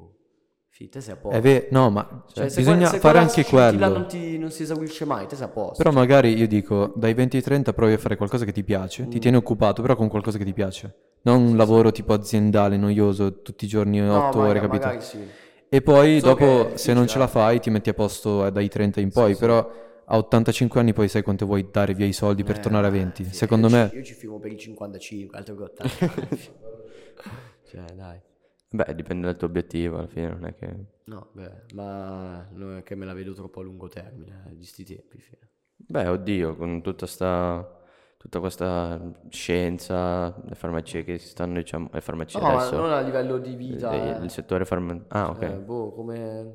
Speaker 1: sì, te sei a posto.
Speaker 3: Eh, ve- no, ma
Speaker 1: Cioè, se
Speaker 3: bisogna
Speaker 1: quella- se
Speaker 3: fare
Speaker 1: quella
Speaker 3: anche
Speaker 1: scintilla
Speaker 3: quello.
Speaker 1: Non, ti- non si esaurisce mai, te sei a posto.
Speaker 3: Però magari io dico, dai 20 ai 30 provi a fare qualcosa che ti piace,
Speaker 1: Mm.
Speaker 3: ti tieni occupato, però con qualcosa che ti piace. Non un lavoro tipo aziendale, noioso, tutti i giorni 8
Speaker 1: ma-
Speaker 3: ore, capito?
Speaker 1: magari sì.
Speaker 3: E poi
Speaker 1: So che è
Speaker 3: dopo, se
Speaker 1: difficile,
Speaker 3: non ce la
Speaker 1: eh.
Speaker 3: fai, ti metti a posto eh, dai 30 in poi, però a 85 anni poi sai quanto vuoi dare via i soldi per
Speaker 1: Eh,
Speaker 3: tornare a 20.
Speaker 1: sì,
Speaker 3: Secondo
Speaker 1: io
Speaker 3: me...
Speaker 1: Ci, io ci firmo per i 55, altro che 80. cioè, dai.
Speaker 2: Beh, dipende dal tuo obiettivo, alla fine non è che...
Speaker 1: No, beh, ma non è che me la vedo troppo a lungo termine, eh, di sti tempi. sì.
Speaker 2: Beh, oddio, con tutta sta... Tutta questa scienza, le farmacie che si stanno, diciamo, le farmacie
Speaker 1: No, ma
Speaker 2: adesso,
Speaker 1: non a livello di vita.
Speaker 2: dei-
Speaker 1: eh.
Speaker 2: il settore farma... Ah, ok.
Speaker 1: Eh, boh, come...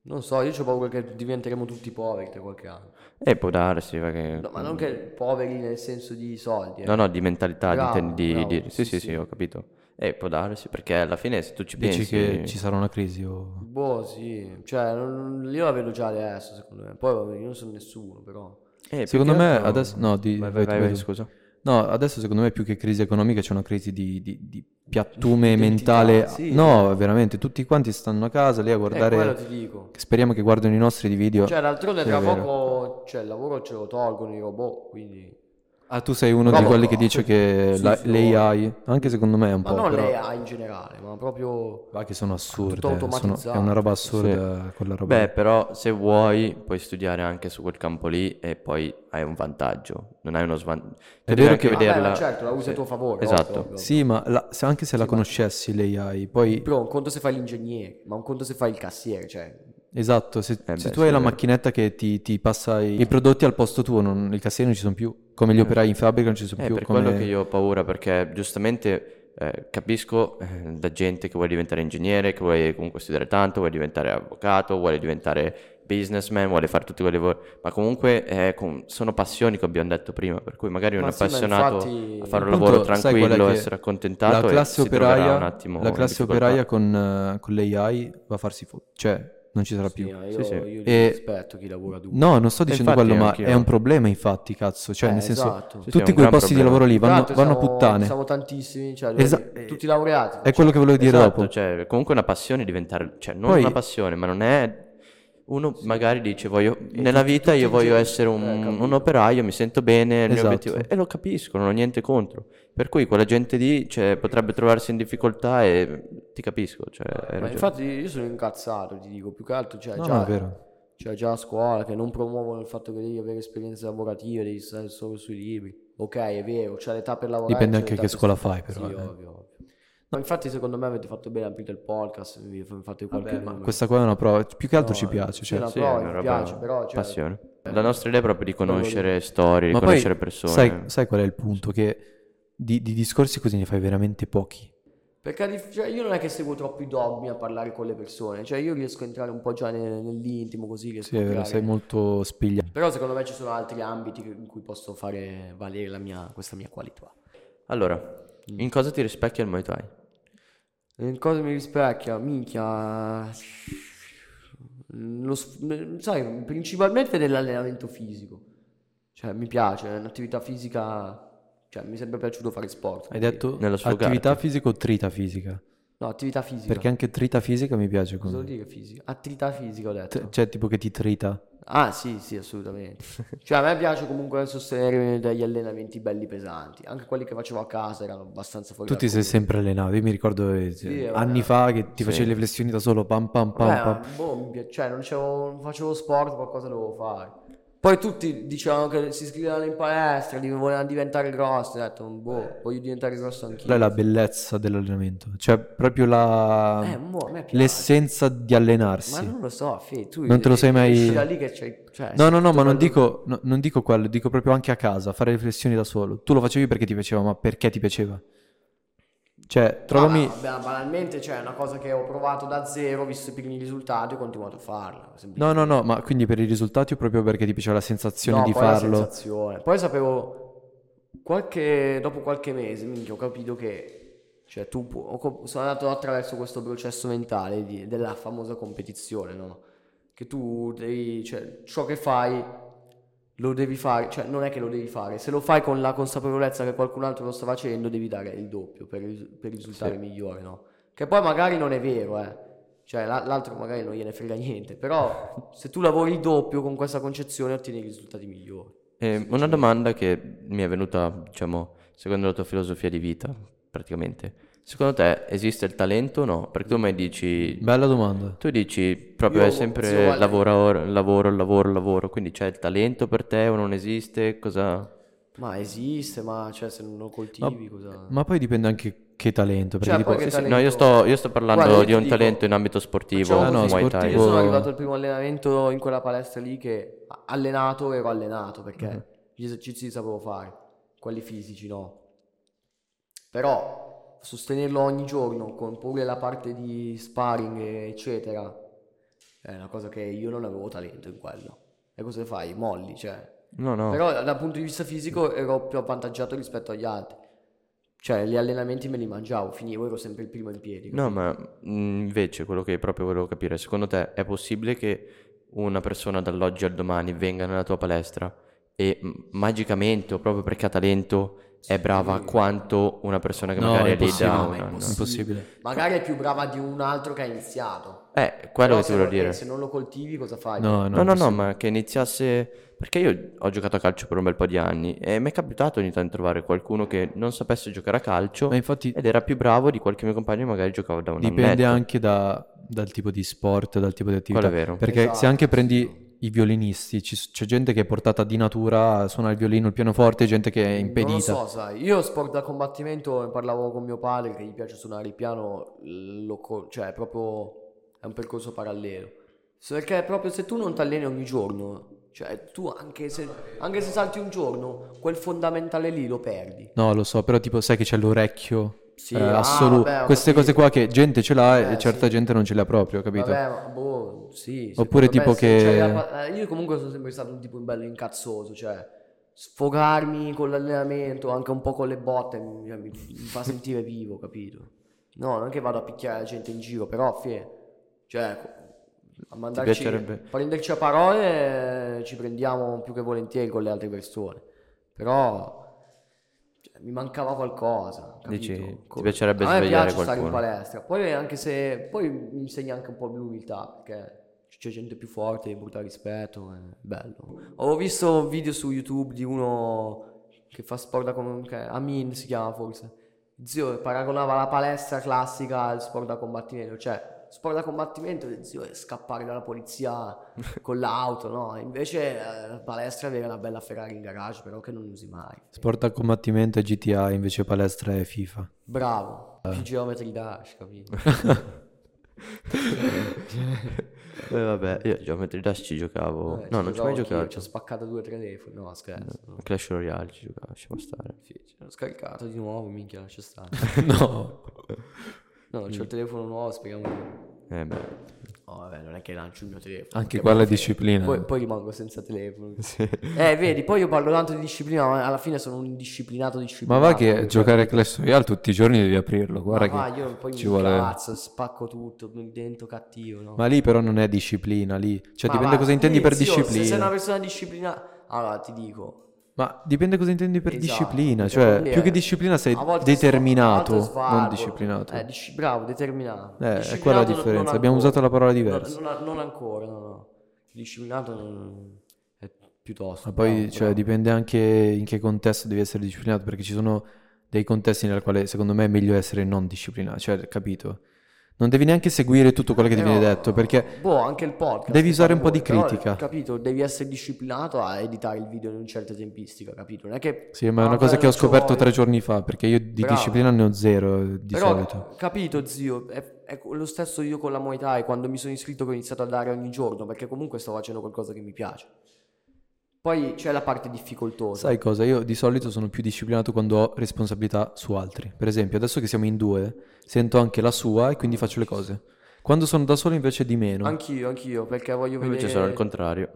Speaker 1: Non so, io ho paura che diventeremo tutti poveri tra qualche anno.
Speaker 2: E Eh, può darsi, perché...
Speaker 1: No, ma non che poveri nel senso di soldi. eh.
Speaker 2: Eh, mm. No, no, di mentalità, di,
Speaker 1: Bravo,
Speaker 2: ten- di-
Speaker 1: bravo,
Speaker 2: di-
Speaker 1: sì,
Speaker 2: Sì, sì, sì,
Speaker 1: sì.
Speaker 2: ho capito. E può darsi, perché alla fine se tu ci
Speaker 3: Dici
Speaker 2: pensi... Eh,
Speaker 3: che ci sarà una crisi o...
Speaker 1: Boh, sì. Cioè, non- io la vedo già adesso, secondo me. Poi vabbè, io non sono nessuno, però...
Speaker 2: Eh,
Speaker 3: Secondo
Speaker 2: più che
Speaker 3: me
Speaker 2: altro-
Speaker 3: adesso... No, di...
Speaker 2: Vai, vai,
Speaker 3: vai tu,
Speaker 2: vai,
Speaker 3: vai
Speaker 2: vai,
Speaker 3: tu.
Speaker 2: scusa.
Speaker 3: No, adesso secondo me più che crisi economica c'è una crisi di, di- di piattume mentale.
Speaker 1: sì.
Speaker 3: no, veramente, tutti quanti stanno a casa lì a
Speaker 1: Eh, quello
Speaker 3: guardare...
Speaker 1: ti dico.
Speaker 3: Speriamo che guardino i nostri di video.
Speaker 1: Cioè, d'altronde
Speaker 3: Sì,
Speaker 1: tra
Speaker 3: è vero.
Speaker 1: poco cioè, il lavoro ce lo tolgono i robot, quindi...
Speaker 3: Ah, tu sei uno
Speaker 1: No,
Speaker 3: di
Speaker 1: no,
Speaker 3: quelli
Speaker 1: no.
Speaker 3: che dice che
Speaker 1: Sì,
Speaker 3: la-
Speaker 1: sì,
Speaker 3: le
Speaker 1: no.
Speaker 3: AI, anche secondo me è un
Speaker 1: Ma
Speaker 3: po'...
Speaker 1: non
Speaker 3: però-
Speaker 1: le AI in generale, ma proprio...
Speaker 3: Va che sono assurde,
Speaker 1: Tutto automatizzato.
Speaker 3: sono- è una roba assurda quella roba.
Speaker 2: Beh, però se vuoi puoi studiare anche su quel campo lì e poi hai un vantaggio, non hai uno svantaggio.
Speaker 3: È
Speaker 2: devi
Speaker 3: vero
Speaker 2: anche
Speaker 3: che-
Speaker 1: Vabbè, ma
Speaker 2: vederla.
Speaker 1: certo, la usi a tuo favore.
Speaker 2: Esatto.
Speaker 1: ovvio, ovvio.
Speaker 3: sì, ma la- se- anche se la
Speaker 1: Sì, ma-
Speaker 3: conoscessi l'AI, poi
Speaker 1: Però un conto se fai l'ingegnere, ma un conto se fai il cassiere, cioè...
Speaker 3: esatto, se,
Speaker 2: Eh
Speaker 3: se
Speaker 2: beh, sì,
Speaker 3: tu hai la
Speaker 2: è vero.
Speaker 3: macchinetta che ti, ti passa i, i prodotti al posto tuo, non, il cassiere non ci sono più, come gli operai in fabbrica non ci sono
Speaker 2: È
Speaker 3: più,
Speaker 2: Eh. per
Speaker 3: come-
Speaker 2: quello che io ho paura, perché giustamente eh, capisco eh, da gente che vuole diventare ingegnere, che vuole comunque studiare tanto, vuole diventare avvocato, vuole diventare businessman, vuole fare tutti quelli lavori, ma comunque eh, con- sono passioni che abbiamo detto prima, per cui magari un
Speaker 1: Ma sì, ma
Speaker 2: appassionato
Speaker 1: infatti-
Speaker 2: a fare un
Speaker 3: Il
Speaker 2: lavoro
Speaker 3: punto, sai qual è
Speaker 2: tranquillo,
Speaker 3: che
Speaker 2: essere accontentato
Speaker 3: la
Speaker 2: e
Speaker 3: classe
Speaker 2: si troverà
Speaker 3: operaia,
Speaker 2: un attimo
Speaker 3: la
Speaker 2: in
Speaker 3: classe
Speaker 2: difficoltà.
Speaker 3: operaia con, eh, con l'AI va a farsi fuori, cioè non ci sarà più.
Speaker 1: Sì, no, io,
Speaker 2: Sì, sì.
Speaker 1: io
Speaker 3: E-
Speaker 1: rispetto chi lavora duro.
Speaker 3: No, non sto dicendo
Speaker 2: infatti,
Speaker 3: quello, ma
Speaker 2: anch'io.
Speaker 3: è un problema infatti, cazzo, cioè
Speaker 1: Eh,
Speaker 3: nel senso
Speaker 1: esatto.
Speaker 2: Sì, sì, è un
Speaker 3: tutti quei
Speaker 2: gran
Speaker 3: posti di
Speaker 2: problema.
Speaker 3: lavoro lì vanno,
Speaker 1: Tra l'altro
Speaker 3: vanno a
Speaker 1: Esatto, siamo-
Speaker 3: puttane.
Speaker 1: Siamo tantissimi, cioè,
Speaker 3: Esa-
Speaker 1: voglio dire, tutti laureati.
Speaker 3: È quello che volevo dire
Speaker 2: Esatto,
Speaker 3: dopo.
Speaker 2: cioè comunque una passione diventerà, cioè non
Speaker 3: Poi-
Speaker 2: una passione, ma non è Uno magari dice, voglio, nella vita io voglio essere un,
Speaker 1: Eh,
Speaker 2: un operaio, mi sento bene, il mio
Speaker 3: Esatto.
Speaker 2: obiettivo- e lo capisco, non ho niente contro. Per cui quella gente lì cioè, potrebbe trovarsi in difficoltà e ti capisco. Cioè, hai
Speaker 1: Ma
Speaker 2: ragione.
Speaker 1: infatti io sono incazzato, ti dico, più che altro, cioè,
Speaker 3: No,
Speaker 1: già,
Speaker 3: no, è vero.
Speaker 1: cioè, già a scuola che non promuovono il fatto che devi avere esperienze lavorative, devi stare solo sui libri. Ok, è vero, c'è l'età per lavorare.
Speaker 3: Dipende
Speaker 1: c'è
Speaker 3: anche
Speaker 1: l'età
Speaker 3: che
Speaker 1: per
Speaker 3: scuola
Speaker 1: stare-
Speaker 3: fai, però,
Speaker 1: Sì,
Speaker 3: eh.
Speaker 1: ovvio, ovvio. No, infatti secondo me avete fatto bene aprire il podcast, vi fate qualche
Speaker 3: Vabbè, ma
Speaker 1: nome.
Speaker 3: questa qua è una prova, più che altro
Speaker 1: No,
Speaker 3: ci piace.
Speaker 1: sì,
Speaker 3: cioè.
Speaker 1: no,
Speaker 2: Sì,
Speaker 1: però
Speaker 2: è una
Speaker 1: mi
Speaker 2: roba-
Speaker 1: piace, però, cioè-
Speaker 2: passione. La nostra idea è proprio di conoscere storie, di
Speaker 3: Ma poi,
Speaker 2: conoscere persone.
Speaker 3: Sai, sai qual è il punto? Che di, di discorsi così ne fai veramente pochi.
Speaker 1: Perché dif- cioè, io non è che seguo troppi dogmi a parlare con le persone, cioè io riesco a entrare un po' già ne- nell'intimo così, riesco
Speaker 3: Sì,
Speaker 1: a
Speaker 3: è vero,
Speaker 1: creare-
Speaker 3: sei molto spigliato.
Speaker 1: Però secondo me ci sono altri ambiti che- in cui posso fare valere la mia- questa mia qualità.
Speaker 2: Allora,
Speaker 3: Mm.
Speaker 2: in cosa ti rispecchia il Muay Thai?
Speaker 1: In cosa mi rispecchia? Minchia. Lo sf- sai, principalmente nell'allenamento fisico. Cioè, mi piace, è un'attività fisica. Cioè, mi è sempre piaciuto fare sport.
Speaker 3: Hai detto
Speaker 2: Nello sfogarti.
Speaker 3: attività fisica o trita fisica?
Speaker 1: No, attività fisica.
Speaker 3: Perché anche trita fisica mi piace
Speaker 1: Cosa vuol
Speaker 3: come.
Speaker 1: dire fisica? Attività fisica, ho detto.
Speaker 3: T- cioè, tipo che ti trita.
Speaker 1: Ah, sì, sì, assolutamente. Cioè, a me piace comunque sostenere degli allenamenti belli pesanti. Anche quelli che facevo a casa erano abbastanza fuori
Speaker 3: Tu
Speaker 1: dal
Speaker 3: ti sei
Speaker 1: comune.
Speaker 3: sempre allenato. Io mi ricordo eh,
Speaker 1: Sì, vabbè.
Speaker 3: anni fa che ti
Speaker 2: Sì.
Speaker 3: facevi le flessioni da solo, pam pam pam
Speaker 1: Vabbè,
Speaker 3: pam.
Speaker 1: boh, mi pi- cioè, non, c'avevo- non facevo sport, qualcosa dovevo fare. Poi tutti dicevano che si iscrivevano in palestra, di- volevano diventare grossi. Ho detto, boh, voglio diventare grosso anch'io.
Speaker 3: Quella è la bellezza dell'allenamento. Cioè, proprio la.
Speaker 1: Eh, mo, a me piace.
Speaker 3: l'essenza di
Speaker 1: Ma
Speaker 3: allenarsi.
Speaker 1: non lo so, Fe, tu
Speaker 3: Non te lo sei mai-
Speaker 1: esci da lì che c'hai- cioè,
Speaker 3: No, no, no,
Speaker 1: tutto
Speaker 3: ma non
Speaker 1: quello-
Speaker 3: dico, no, non dico quello, dico proprio anche a casa, fare riflessioni da solo. Tu lo facevi perché ti piaceva, ma perché ti piaceva? Cioè, trovami...
Speaker 1: Ah, vabbè, banalmente, cioè, è una cosa che ho provato da zero, ho visto i primi risultati, ho continuato a farla. semplicemente.
Speaker 3: No, no, no, ma quindi per i risultati o proprio perché ti piaceva la sensazione
Speaker 1: No,
Speaker 3: di
Speaker 1: poi la
Speaker 3: farlo?
Speaker 1: sensazione. Poi sapevo, qualche, dopo qualche mese, minchia, ho capito che cioè, tu pu- ho co- sono andato attraverso questo processo mentale di- della famosa competizione, no? Che tu devi, cioè, ciò che fai lo devi fare, cioè non è che lo devi fare, se lo fai con la consapevolezza che qualcun altro lo sta facendo devi dare il doppio per, ris- per risultare migliore, no? Che poi magari non è vero, eh. Cioè la- l'altro magari non gliene frega niente, però se tu lavori il doppio con questa concezione ottieni risultati migliori.
Speaker 2: Eh, una domanda che mi è venuta, diciamo, secondo la tua filosofia di vita, praticamente. Secondo te esiste il talento o no? Perché tu mi dici,
Speaker 3: Bella domanda.
Speaker 2: tu dici proprio
Speaker 1: Io-
Speaker 2: è
Speaker 1: sì, guarda-
Speaker 2: sempre lavoro, lavoro, lavoro, lavoro, quindi c'è il talento per te o non esiste? Cosa...
Speaker 1: Ma esiste, ma cioè se non lo coltivi cosa...
Speaker 3: Ma poi dipende anche che talento, perché
Speaker 1: Cioè,
Speaker 3: tipo...
Speaker 1: poi che
Speaker 3: sì, sì,
Speaker 1: talento-
Speaker 2: No, io sto, io sto parlando
Speaker 1: Guarda, io
Speaker 2: di
Speaker 1: ti
Speaker 2: un
Speaker 1: dico-
Speaker 2: talento in ambito sportivo, Ah,
Speaker 1: Facciamo
Speaker 3: no,
Speaker 1: così,
Speaker 2: Muay
Speaker 3: sportivo.
Speaker 2: Thai.
Speaker 1: Io sono
Speaker 3: Tipo-
Speaker 1: arrivato al primo allenamento in quella palestra lì che allenato ero allenato perché gli esercizi li sapevo fare, quelli fisici no. Però sostenerlo ogni giorno con pure la parte di sparring eccetera è una cosa che io non avevo talento in quello. E cosa fai? Molli, cioè.
Speaker 2: No, no.
Speaker 1: Però dal punto di vista fisico ero più avvantaggiato rispetto agli altri. Cioè, gli allenamenti me li mangiavo, finivo, ero sempre il primo in piedi.
Speaker 2: No, ma mh, invece quello che proprio volevo capire, secondo te è possibile che una persona dall'oggi al domani venga nella tua palestra e mh, magicamente, o proprio perché ha talento, è brava quanto una persona che
Speaker 3: No,
Speaker 2: magari
Speaker 3: è
Speaker 2: è lì
Speaker 3: impossibile,
Speaker 1: ma
Speaker 2: da
Speaker 1: è
Speaker 2: un anno?
Speaker 1: impossibile.
Speaker 3: Impossibile.
Speaker 1: Magari è più brava di un altro che ha iniziato.
Speaker 2: Eh,
Speaker 1: Però
Speaker 2: quello che ti
Speaker 1: se non-
Speaker 2: volevo dire.
Speaker 1: eh, Se non lo coltivi, cosa fai?
Speaker 3: No, no,
Speaker 2: No, no, no,
Speaker 3: impossibile.
Speaker 2: ma che iniziasse... Perché io ho giocato a calcio per un bel po' di anni e mi è capitato ogni tanto di trovare qualcuno che non sapesse giocare a calcio
Speaker 3: Ma infatti
Speaker 2: ed era più bravo di qualche mio compagno che magari giocava da un
Speaker 3: dipende
Speaker 2: annetto.
Speaker 3: anche da- dal tipo di sport, dal tipo di attività.
Speaker 2: Quello è vero.
Speaker 3: Perché se
Speaker 1: Esatto,
Speaker 3: anche
Speaker 1: sì.
Speaker 3: prendi i violinisti, ci- c'è gente che è portata di natura, suona il violino, il pianoforte, gente che è
Speaker 1: Non lo
Speaker 3: impedita.
Speaker 1: so, sai. Io sport da combattimento ne parlavo con mio padre che gli piace suonare il piano, lo co- cioè è proprio è un percorso parallelo. So- Perché proprio se tu non ti alleni ogni giorno, cioè tu anche se, anche se salti un giorno, quel fondamentale lì lo perdi.
Speaker 3: No, lo so, però tipo sai che c'è l'orecchio
Speaker 1: Sì,
Speaker 3: eh,
Speaker 1: ah,
Speaker 3: assoluto.
Speaker 1: vabbè, ho
Speaker 3: Queste
Speaker 1: capito.
Speaker 3: cose qua che gente ce l'ha e
Speaker 1: Eh,
Speaker 3: certa
Speaker 1: sì.
Speaker 3: gente non ce l'ha proprio, capito?
Speaker 1: Vabbè, ma boh, sì. secondo
Speaker 3: Oppure
Speaker 1: me
Speaker 3: tipo
Speaker 1: sì,
Speaker 3: che-
Speaker 1: cioè, la pa- eh, io comunque sono sempre stato un tipo un bello incazzoso, cioè sfogarmi con l'allenamento, anche un po' con le botte, mi, cioè, mi- mi fa sentire vivo, capito? No, non è che vado a picchiare la gente in giro, però, fie, cioè, co- a mandarci,
Speaker 2: piacerebbe-
Speaker 1: prenderci a parole eh, ci prendiamo più che volentieri con le altre persone, però... cioè, Mi mancava qualcosa, capito?
Speaker 2: Dici, ti
Speaker 1: Co-
Speaker 2: piacerebbe
Speaker 1: a me
Speaker 2: svegliare
Speaker 1: piace stare in
Speaker 2: qualcuno.
Speaker 1: palestra. Poi anche se poi mi insegna anche un po' di umiltà, perché c'è gente più forte, brutta rispetto, è bello. Ho visto un video su YouTube di uno che fa sport da combattimento, Amin si chiama forse. Zio paragonava la palestra classica al sport da combattimento, cioè sport da combattimento zio è scappare dalla polizia con l'auto, no? Invece eh, la palestra è avere una bella Ferrari in garage, però che non usi mai.
Speaker 3: Sport a combattimento è GTA, invece palestra è FIFA.
Speaker 1: Bravo, più geometri dash, capito?
Speaker 2: Eh, vabbè, io a Geometry Dash ci giocavo.
Speaker 1: Eh,
Speaker 2: no, non ci ho
Speaker 1: giocavo
Speaker 2: mai
Speaker 1: anch'io,
Speaker 2: giocato.
Speaker 1: Ci ho spaccato due telefoni, no scherzo. no.
Speaker 2: Clash Royale ci giocavo, lasciamo stare.
Speaker 1: Sì, ce l'ho scaricato di nuovo, minchia, c'è stato.
Speaker 3: no. Mm.
Speaker 1: No, c'ho il telefono nuovo, speriamo che...
Speaker 2: Eh beh,
Speaker 1: No, vabbè, non è che lancio il mio telefono.
Speaker 3: Anche
Speaker 1: che
Speaker 3: qua
Speaker 1: me
Speaker 3: la
Speaker 1: ne frega.
Speaker 3: disciplina.
Speaker 1: Poi, poi rimango senza telefono. Eh, vedi, poi io parlo tanto di disciplina, ma alla fine sono un disciplinato
Speaker 3: Ma
Speaker 1: disciplinato.
Speaker 3: va che
Speaker 1: perché-
Speaker 3: giocare a Clash Royale tutti i giorni devi aprirlo,
Speaker 1: Ma
Speaker 3: guarda
Speaker 1: va,
Speaker 3: che
Speaker 1: Ah, io poi
Speaker 3: ci
Speaker 1: mi
Speaker 3: vuole...
Speaker 1: incazzo, spacco tutto, mi divento cattivo, no?
Speaker 3: Ma lì però non è disciplina, lì. Cioè
Speaker 1: Ma
Speaker 3: dipende
Speaker 1: va,
Speaker 3: cosa intendi per
Speaker 1: sì, zio,
Speaker 3: disciplina.
Speaker 1: Se sei una persona disciplinata... Allora, ti dico,
Speaker 3: Ma dipende cosa intendi per
Speaker 1: Esatto,
Speaker 3: disciplina,
Speaker 1: cioè,
Speaker 3: cioè
Speaker 1: quindi
Speaker 3: più
Speaker 1: è-
Speaker 3: che disciplina sei
Speaker 1: a volte sva- a
Speaker 3: determinato,
Speaker 1: volte
Speaker 3: non
Speaker 1: svalvolo.
Speaker 3: disciplinato.
Speaker 1: Eh, disci- bravo, determinato.
Speaker 3: Eh, è
Speaker 1: Disciplinato
Speaker 3: quella la
Speaker 1: non- non
Speaker 3: differenza, abbiamo
Speaker 1: ancora.
Speaker 3: usato la parola
Speaker 1: Non-
Speaker 3: diversa.
Speaker 1: Non, non ancora, no, no. Disciplinato non- è piuttosto.
Speaker 3: Ma poi
Speaker 1: bravo,
Speaker 3: cioè,
Speaker 1: bravo.
Speaker 3: dipende anche in che contesto devi essere disciplinato, perché ci sono dei contesti nel quale secondo me è meglio essere non disciplinato, cioè capito? Non devi neanche seguire tutto quello che ti
Speaker 1: Eh,
Speaker 3: viene
Speaker 1: no,
Speaker 3: detto, perché
Speaker 1: Boh, anche il podcast.
Speaker 3: devi usare un po' di
Speaker 1: però,
Speaker 3: critica.
Speaker 1: capito, devi essere disciplinato a editare il video in un certo tempistica, capito? Non è che...
Speaker 3: sì, ma è
Speaker 1: Ah,
Speaker 3: una cosa
Speaker 1: beh,
Speaker 3: che ho
Speaker 1: non ci
Speaker 3: scoperto
Speaker 1: vuole.
Speaker 3: tre giorni fa, perché io di
Speaker 1: Bravo.
Speaker 3: disciplina ne ho zero eh, di
Speaker 1: Però,
Speaker 3: solito.
Speaker 1: capito zio, è, è lo stesso io con la Muay Thai, quando mi sono iscritto che ho iniziato a dare ogni giorno, perché comunque sto facendo qualcosa che mi piace. Poi c'è la parte difficoltosa.
Speaker 3: Sai cosa? Io di solito sono più disciplinato quando ho responsabilità su altri. Per esempio, adesso che siamo in due, sento anche la sua e quindi faccio le cose. Quando sono da solo invece di meno.
Speaker 1: Anch'io, anch'io, perché voglio vedere...
Speaker 2: invece sono al contrario.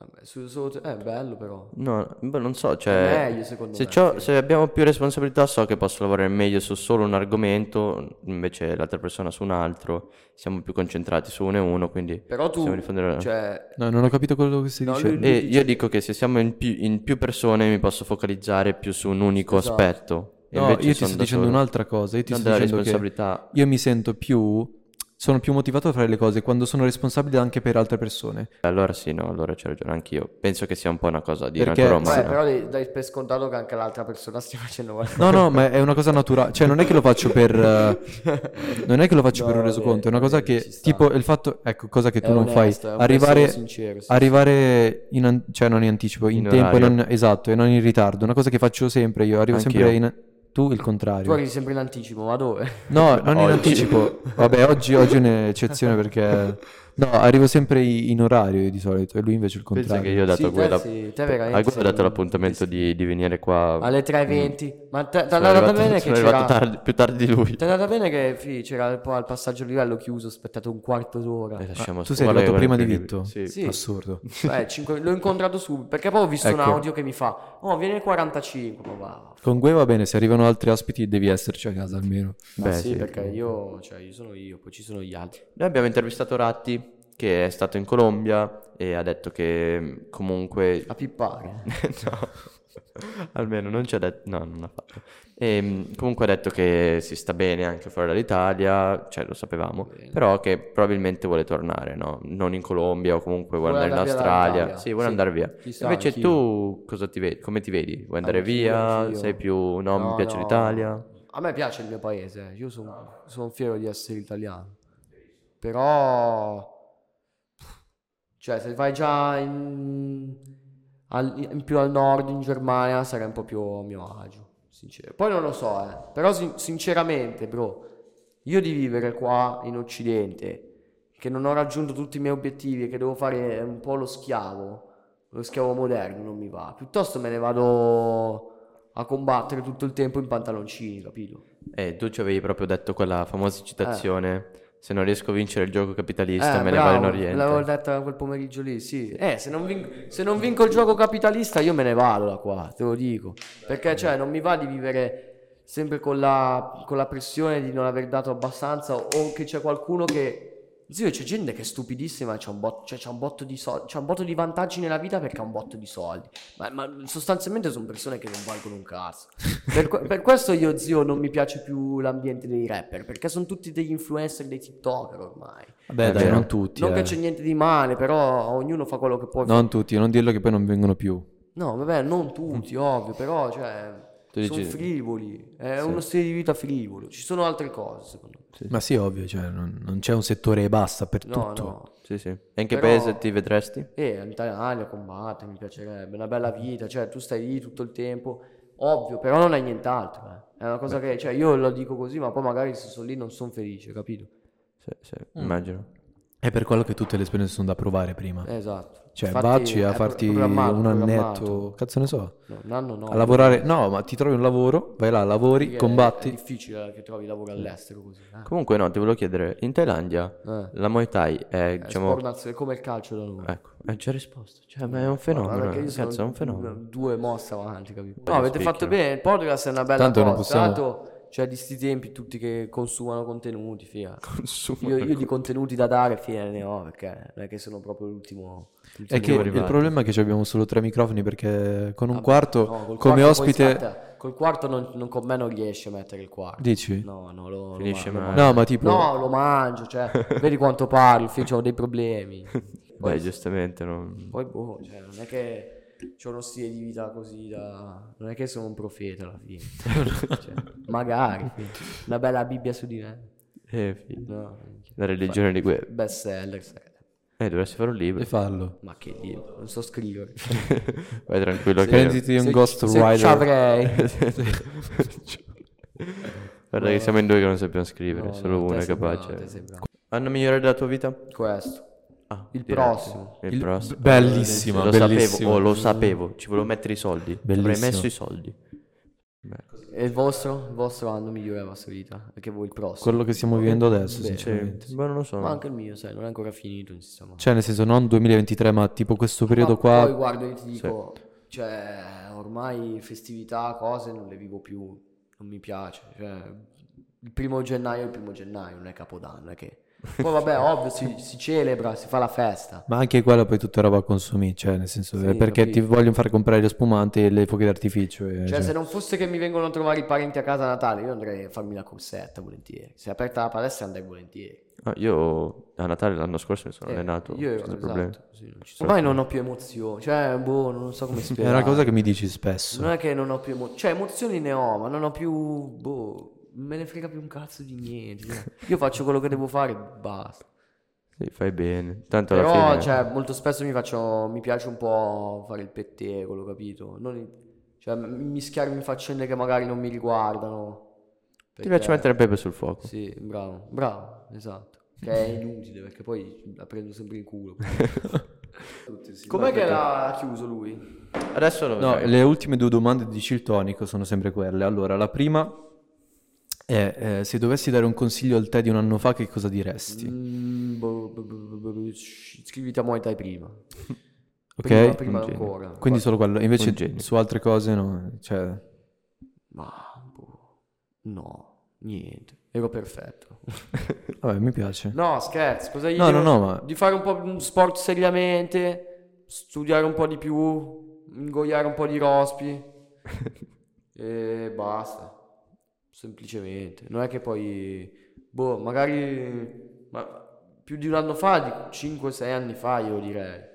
Speaker 1: Vabbè, su- sotto- eh, bello però.
Speaker 2: No, beh, non so, cioè...
Speaker 1: Meglio, secondo
Speaker 2: Se,
Speaker 1: me,
Speaker 2: c'ho-
Speaker 1: sì.
Speaker 2: se abbiamo più responsabilità so che posso lavorare meglio su solo un argomento, invece l'altra persona su un altro, siamo più concentrati su uno e uno, quindi
Speaker 1: Però tu,
Speaker 2: possiamo difendere...
Speaker 1: cioè,
Speaker 3: No, non ho capito quello che stai
Speaker 1: No, lui-
Speaker 3: dicendo.
Speaker 2: E io dico che se siamo in più, in più persone mi posso focalizzare più su un unico
Speaker 1: Esatto.
Speaker 2: aspetto. e
Speaker 3: No, Eh, io
Speaker 2: invece
Speaker 3: ti sto
Speaker 2: sono da
Speaker 3: dicendo
Speaker 2: solo.
Speaker 3: un'altra cosa. Io ti
Speaker 2: Non
Speaker 3: sto
Speaker 2: della
Speaker 3: dicendo che
Speaker 2: responsabilità.
Speaker 3: io mi sento più... Sono più motivato a fare le cose quando sono responsabile anche per altre persone.
Speaker 2: Allora sì, no, allora c'è ragione anch'io. Penso che sia un po' una cosa di
Speaker 3: Perché-
Speaker 2: natura
Speaker 3: Ma-
Speaker 1: vabbè,
Speaker 2: umana.
Speaker 1: però dai, dai per scontato che anche l'altra persona stia facendo qualcosa.
Speaker 3: No, no, ma è una cosa naturale. Cioè, non è che lo faccio per... eh, non è che lo faccio
Speaker 1: No,
Speaker 3: per un
Speaker 1: vabbè,
Speaker 3: resoconto. È una cosa
Speaker 1: vabbè, ci
Speaker 3: che...
Speaker 1: sta.
Speaker 3: Tipo, il fatto... Ecco, cosa che tu
Speaker 1: È
Speaker 3: non fai.
Speaker 1: onesto, è un pensiero
Speaker 3: Arrivare...
Speaker 1: sincero, sì.
Speaker 3: Arrivare in, an- cioè non in anticipo, in,
Speaker 2: In
Speaker 3: tempo e
Speaker 2: orario.
Speaker 3: non, esatto, e non in ritardo, una cosa che faccio sempre io, arrivo
Speaker 2: Anch'io.
Speaker 3: sempre in... Tu il
Speaker 1: Tu
Speaker 3: contrario.
Speaker 1: arrivi sempre in anticipo, ma dove?
Speaker 3: No, non in
Speaker 2: Oggi.
Speaker 3: anticipo. Vabbè, oggi, oggi è un'eccezione perché... No, arrivo sempre i- in orario io di solito e lui invece il
Speaker 2: Penso
Speaker 3: contrario.
Speaker 2: che io ho dato a
Speaker 1: Sì, te
Speaker 2: Guida,
Speaker 1: sì, te veramente
Speaker 2: a Guida ho
Speaker 1: sei
Speaker 2: dato
Speaker 1: un-
Speaker 2: l'appuntamento di, di venire qua.
Speaker 1: Alle 3.20. Ma ti è andata
Speaker 2: sono arrivato,
Speaker 1: bene che
Speaker 2: sono arrivato
Speaker 1: c'era...
Speaker 2: tardi- più tardi di lui.
Speaker 1: T'è andata bene che fi, c'era un po' al passaggio livello chiuso, ho aspettato un quarto d'ora.
Speaker 2: Eh, lasciamo
Speaker 3: tu
Speaker 2: stare,
Speaker 3: sei
Speaker 2: guarda
Speaker 3: arrivato
Speaker 2: che
Speaker 3: prima di
Speaker 2: veramente- Sì.
Speaker 3: Vitto?
Speaker 1: Sì.
Speaker 3: Assurdo.
Speaker 1: Eh, cinque- l'ho incontrato subito, perché poi ho visto un
Speaker 3: Ecco.
Speaker 1: audio che mi fa, oh viene il 45, ma va.
Speaker 3: Con Gue va bene, se arrivano altri ospiti devi esserci a casa almeno.
Speaker 1: Ma
Speaker 2: Beh,
Speaker 1: sì,
Speaker 2: sì.
Speaker 1: perché io, cioè, io sono io, poi ci sono gli altri.
Speaker 2: Noi abbiamo intervistato Ratti, che è stato in Colombia e ha detto che mh, comunque...
Speaker 1: A pippare.
Speaker 2: Eh. no, almeno non ci ha detto... No, non l'ha fatto. E, mh, comunque ha detto che si sta bene anche fuori dall'Italia, cioè lo sapevamo,
Speaker 1: Bene.
Speaker 2: però che probabilmente vuole tornare, no? Non in Colombia o comunque vuole,
Speaker 1: Vuole
Speaker 2: andare in
Speaker 1: andare via
Speaker 2: Australia.
Speaker 1: dall'Italia.
Speaker 2: Sì, vuole
Speaker 1: Sì,
Speaker 2: andare via.
Speaker 1: ci sta,
Speaker 2: Invece
Speaker 1: anch'io.
Speaker 2: tu cosa ti vedi? Come ti vedi? Vuoi andare
Speaker 1: Anch'io,
Speaker 2: via?
Speaker 1: anch'io.
Speaker 2: Sei più... No, mi piace
Speaker 1: no.
Speaker 2: l'Italia.
Speaker 1: A me piace il mio paese, io sono fiero di essere italiano. Però... Cioè, se vai già in, al- in più al nord, in Germania, sarei un po' più a mio agio, sincero. Poi non lo so, eh. Però sin- sinceramente, bro, io di vivere qua in Occidente, che non ho raggiunto tutti i miei obiettivi e che devo fare un po' lo schiavo, lo schiavo moderno, non mi va. Piuttosto me ne vado a combattere tutto il tempo in pantaloncini, capito?
Speaker 2: Eh, tu ci avevi proprio detto quella famosa citazione, se non riesco a vincere il gioco capitalista
Speaker 1: Eh,
Speaker 2: me
Speaker 1: bravo,
Speaker 2: ne vado in Oriente.
Speaker 1: L'avevo detta quel pomeriggio lì, sì. Eh, se non, vin- se non vinco il gioco capitalista io me ne vado da qua, te lo dico. Perché cioè non mi va di vivere sempre con la, con la pressione di non aver dato abbastanza o che c'è qualcuno che Zio, c'è gente che è stupidissima, c'ha un, bot- cioè, c'ha un botto di soldi, c'ha un botto di vantaggi nella vita perché ha un botto di soldi. Ma, ma sostanzialmente sono persone che non valgono un cazzo. Per, que- per questo io, zio, non mi piace più l'ambiente dei rapper, perché sono tutti degli influencer, dei TikToker ormai.
Speaker 3: Beh,
Speaker 2: È
Speaker 3: dai,
Speaker 2: vero.
Speaker 3: non tutti.
Speaker 1: non
Speaker 3: eh.
Speaker 1: che c'è niente di male, però ognuno fa quello che può.
Speaker 3: Non tutti, non dirlo che poi non vengono più.
Speaker 1: No, vabbè, non tutti, ovvio, però, cioè,
Speaker 2: Tu
Speaker 1: sono
Speaker 2: dici-
Speaker 1: frivoli. È
Speaker 2: Sì.
Speaker 1: uno stile di vita frivolo. Ci sono altre cose, secondo me.
Speaker 3: Ma sì, ovvio, cioè, non, non c'è un settore e basta per
Speaker 1: No,
Speaker 3: tutto.
Speaker 1: no.
Speaker 2: Sì, sì. E in che
Speaker 1: Però-
Speaker 2: paese ti vedresti?
Speaker 1: Eh, in Italia combattere, mi piacerebbe, una bella vita, cioè tu stai lì tutto il tempo, ovvio, però non hai nient'altro, eh. È una cosa che, cioè io lo dico così, ma poi magari se sono lì non sono felice, capito?
Speaker 2: Sì, sì,
Speaker 1: Mm.
Speaker 2: immagino.
Speaker 3: È per quello che tutte le esperienze sono da provare prima.
Speaker 1: Eh, Esatto.
Speaker 3: Cioè,
Speaker 1: Infatti
Speaker 3: vacci
Speaker 1: è
Speaker 3: a
Speaker 1: pro-
Speaker 3: farti un
Speaker 1: programmato,
Speaker 3: annetto,
Speaker 1: programmato.
Speaker 3: cazzo ne so,
Speaker 1: No, un anno no.
Speaker 3: a lavorare. No, ma ti trovi un lavoro, vai là, lavori,
Speaker 1: perché è- È
Speaker 3: combatti.
Speaker 1: difficile eh, che trovi lavoro all'estero così, eh.
Speaker 2: Comunque no, ti volevo chiedere, in Thailandia
Speaker 1: Eh.
Speaker 2: la Muay Thai è,
Speaker 1: È
Speaker 2: diciamo...
Speaker 1: Eh, sport nazionale, come il calcio da noi.
Speaker 2: Ecco, hai già risposto. Cioè, ma è un fenomeno,
Speaker 1: Guarda che io
Speaker 2: eh. cazzo, è un
Speaker 1: sono
Speaker 2: fenomeno.
Speaker 1: Due mosse avanti, capito?
Speaker 2: Bello
Speaker 1: No, avete
Speaker 2: spicchio.
Speaker 1: fatto bene. Il podcast è una bella
Speaker 3: Tanto non
Speaker 1: cosa.
Speaker 3: possiamo-
Speaker 1: Tanto, cioè, di sti tempi, tutti che consumano contenuti, figa.
Speaker 2: Consumo
Speaker 1: Io,
Speaker 2: per
Speaker 1: io di contenuti da dare, fine ne ho perché non è che sono proprio l'ultimo. l'ultimo
Speaker 3: È che
Speaker 2: siamo
Speaker 3: il
Speaker 2: arrivati.
Speaker 3: problema è che abbiamo solo tre microfoni perché con un
Speaker 1: Vabbè,
Speaker 3: quarto,
Speaker 1: no, col
Speaker 3: come
Speaker 1: quarto poi
Speaker 3: ospite,
Speaker 1: scatta. Col quarto non, non- con me non riesce a mettere il quarto.
Speaker 3: dici? No,
Speaker 1: No, no, lo, lo
Speaker 2: Finisce
Speaker 1: mangio.
Speaker 2: male.
Speaker 3: ma tipo,
Speaker 1: No, lo mangio, cioè, vedi quanto parlo, figlio, ho dei problemi.
Speaker 2: Beh, eh, giustamente, no.
Speaker 1: Poi, boh, cioè, non è che ho uno stile di vita così da... Non è che sono un profeta alla fine. Cioè, magari. Una bella Bibbia su di me.
Speaker 2: Eh, figlio.
Speaker 1: No,
Speaker 2: La religione di guerra.
Speaker 1: Best seller. sai.
Speaker 2: Eh, dovresti fare un libro.
Speaker 3: e fallo.
Speaker 1: Ma che dio, non so scrivere.
Speaker 2: Vai tranquillo che...
Speaker 3: Prenditi un
Speaker 1: se-
Speaker 3: ghost
Speaker 1: se
Speaker 3: rider.
Speaker 1: ci avrei.
Speaker 2: Guarda che siamo in due che non sappiamo scrivere,
Speaker 1: No,
Speaker 2: solo
Speaker 1: no,
Speaker 2: uno
Speaker 1: te
Speaker 2: è
Speaker 1: sei bravo,
Speaker 2: capace.
Speaker 1: te sei bravo.
Speaker 2: Hanno migliorato la tua vita?
Speaker 1: Questo.
Speaker 2: Ah,
Speaker 1: Il
Speaker 2: direi.
Speaker 1: prossimo.
Speaker 2: Il,
Speaker 3: Il-
Speaker 2: prossimo.
Speaker 3: Bellissima,
Speaker 2: Lo
Speaker 3: bellissima.
Speaker 2: sapevo, oh, lo sapevo, ci volevo mettere i soldi. Ci Avrei
Speaker 3: Bellissimo.
Speaker 2: messo i soldi. Beh,
Speaker 1: E il vostro? Il vostro anno migliore della vostra vita. Perché voi il prossimo.
Speaker 3: Quello che stiamo vivendo adesso,
Speaker 1: Beh,
Speaker 3: sinceramente.
Speaker 2: ma boh, non lo so.
Speaker 1: Ma anche il mio, sai, non è ancora finito, insomma.
Speaker 3: Cioè, nel senso, non 2023, ma tipo questo periodo
Speaker 1: Ma
Speaker 3: qua.
Speaker 1: Poi guarda, io ti dico, cioè, ormai festività, cose non le vivo più, non mi piace. Cioè, il primo gennaio è il primo gennaio, non è capodanno, è che... Poi vabbè, ovvio, si, si celebra, si fa la festa.
Speaker 3: Ma anche quella poi tutta roba a consumi, cioè nel senso
Speaker 1: Sì,
Speaker 3: è perché
Speaker 1: capito.
Speaker 3: ti vogliono far comprare le spumante e le fuochi d'artificio. E,
Speaker 1: Cioè,
Speaker 3: cioè.
Speaker 1: se non fosse che mi vengono a trovare i parenti a casa a Natale, io andrei a farmi la corsetta volentieri. Se è aperta la palestra andrei volentieri.
Speaker 2: Ah, io a Natale l'anno scorso mi sono
Speaker 1: Eh,
Speaker 2: allenato.
Speaker 1: Io ero,
Speaker 2: senza
Speaker 1: esatto,
Speaker 2: problemi.
Speaker 1: sì, non ci sono. Ormai non ho più emozioni, cioè, boh, non so come
Speaker 3: È
Speaker 1: spiegare.
Speaker 3: una cosa che mi dici spesso.
Speaker 1: Non è che non ho più emozioni, cioè emozioni ne ho, ma non ho più, boh, me ne frega più un cazzo di niente. cioè. Io faccio quello che devo fare e basta.
Speaker 2: Sì, fai bene. Tanto alla
Speaker 1: Però,
Speaker 2: fine...
Speaker 1: cioè, molto spesso mi faccio, mi piace un po' fare il pettegolo, capito? Non il- cioè, m- mischiarmi in faccende che magari non mi riguardano.
Speaker 2: Ti piace mettere pepe sul fuoco.
Speaker 1: Sì, bravo, bravo, esatto. Che è inutile, perché poi la prendo sempre in culo. Com'è che l'ha chiuso lui?
Speaker 2: Adesso lo
Speaker 3: No,
Speaker 2: vedrai.
Speaker 3: le ultime due domande di Ciltonico sono sempre quelle. Allora, la prima è eh, se dovessi dare un consiglio al te di un anno fa, che cosa diresti?
Speaker 1: Mm, boh, boh, boh, boh, boh, Scriviti a Muay Thai prima.
Speaker 3: Ok?
Speaker 1: Prima, prima
Speaker 2: un genio.
Speaker 1: ancora.
Speaker 3: Quindi solo quello.
Speaker 2: Un
Speaker 3: Invece
Speaker 2: genio.
Speaker 3: su altre cose no. Cioè,
Speaker 1: Ma boh, no, niente. Ero perfetto.
Speaker 3: vabbè, mi piace.
Speaker 1: No, scherzo, cosa gli
Speaker 3: No,
Speaker 1: devo-
Speaker 3: no, no, ma-
Speaker 1: Di fare un po' un sport seriamente, studiare un po' di più, ingoiare un po' di rospi e basta. Semplicemente. Non è che poi boh, magari ma più di un anno fa, 5-6 anni fa, io direi.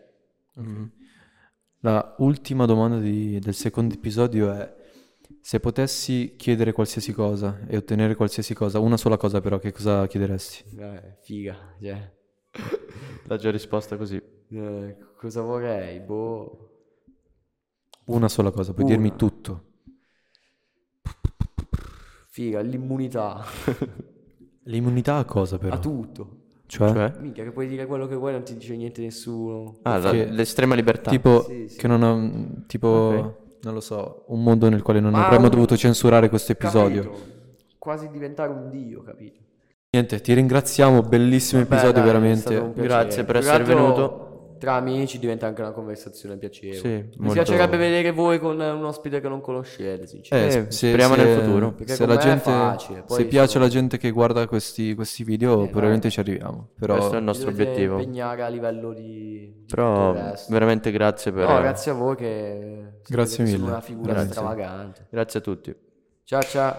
Speaker 3: La ultima domanda di- del secondo episodio è se potessi chiedere qualsiasi cosa e ottenere qualsiasi cosa, una sola cosa però, che cosa chiederesti?
Speaker 1: Eh, figa, cioè.
Speaker 2: L'ha già risposta così.
Speaker 1: eh, cosa vorrei? Boh.
Speaker 3: Una sola cosa, puoi
Speaker 1: Una.
Speaker 3: dirmi tutto.
Speaker 1: Figa, l'immunità
Speaker 3: L'immunità a cosa però?
Speaker 1: a tutto.
Speaker 3: Cioè,
Speaker 2: Cioè?
Speaker 1: Minchia, che puoi dire quello che vuoi, non ti dice niente nessuno.
Speaker 2: Ah, la-
Speaker 3: Perché-
Speaker 2: l'estrema libertà.
Speaker 3: tipo,
Speaker 1: Sì, sì.
Speaker 3: che non ha, tipo,
Speaker 2: Ok.
Speaker 3: non lo so, un mondo nel quale non
Speaker 1: Ma
Speaker 3: avremmo
Speaker 1: un-
Speaker 3: dovuto censurare questo episodio.
Speaker 1: Ah, Capito? Quasi diventare un dio, capito?
Speaker 3: Niente, ti ringraziamo, bellissimo
Speaker 1: Vabbè,
Speaker 3: episodio
Speaker 1: dai, è stato
Speaker 3: veramente.
Speaker 1: un piacere.
Speaker 2: Grazie per
Speaker 1: Più che
Speaker 2: essere
Speaker 1: altro
Speaker 2: venuto.
Speaker 1: Ti tra amici diventa anche una conversazione piacevole.
Speaker 2: Sì,
Speaker 1: Mi
Speaker 2: molto-
Speaker 1: piacerebbe vedere voi con un ospite che non conoscete, sinceramente.
Speaker 2: Eh, speriamo nel futuro.
Speaker 1: Perché
Speaker 3: Se,
Speaker 1: con
Speaker 3: la
Speaker 1: me è
Speaker 3: gente,
Speaker 1: facile, poi
Speaker 3: se piace
Speaker 1: sono-
Speaker 3: la gente che guarda questi, questi video,
Speaker 1: Eh,
Speaker 3: probabilmente
Speaker 1: dai.
Speaker 3: ci arriviamo. Però
Speaker 2: Questo è il nostro
Speaker 1: Vi dovete
Speaker 2: obiettivo.
Speaker 1: impegnare a livello di... di
Speaker 2: Però
Speaker 1: tutto il resto.
Speaker 2: veramente grazie per...
Speaker 1: No, grazie a voi che... sapete
Speaker 3: Grazie
Speaker 1: che sono
Speaker 3: mille.
Speaker 1: una figura
Speaker 3: Grazie.
Speaker 1: stravagante.
Speaker 2: grazie a tutti.
Speaker 1: Ciao ciao.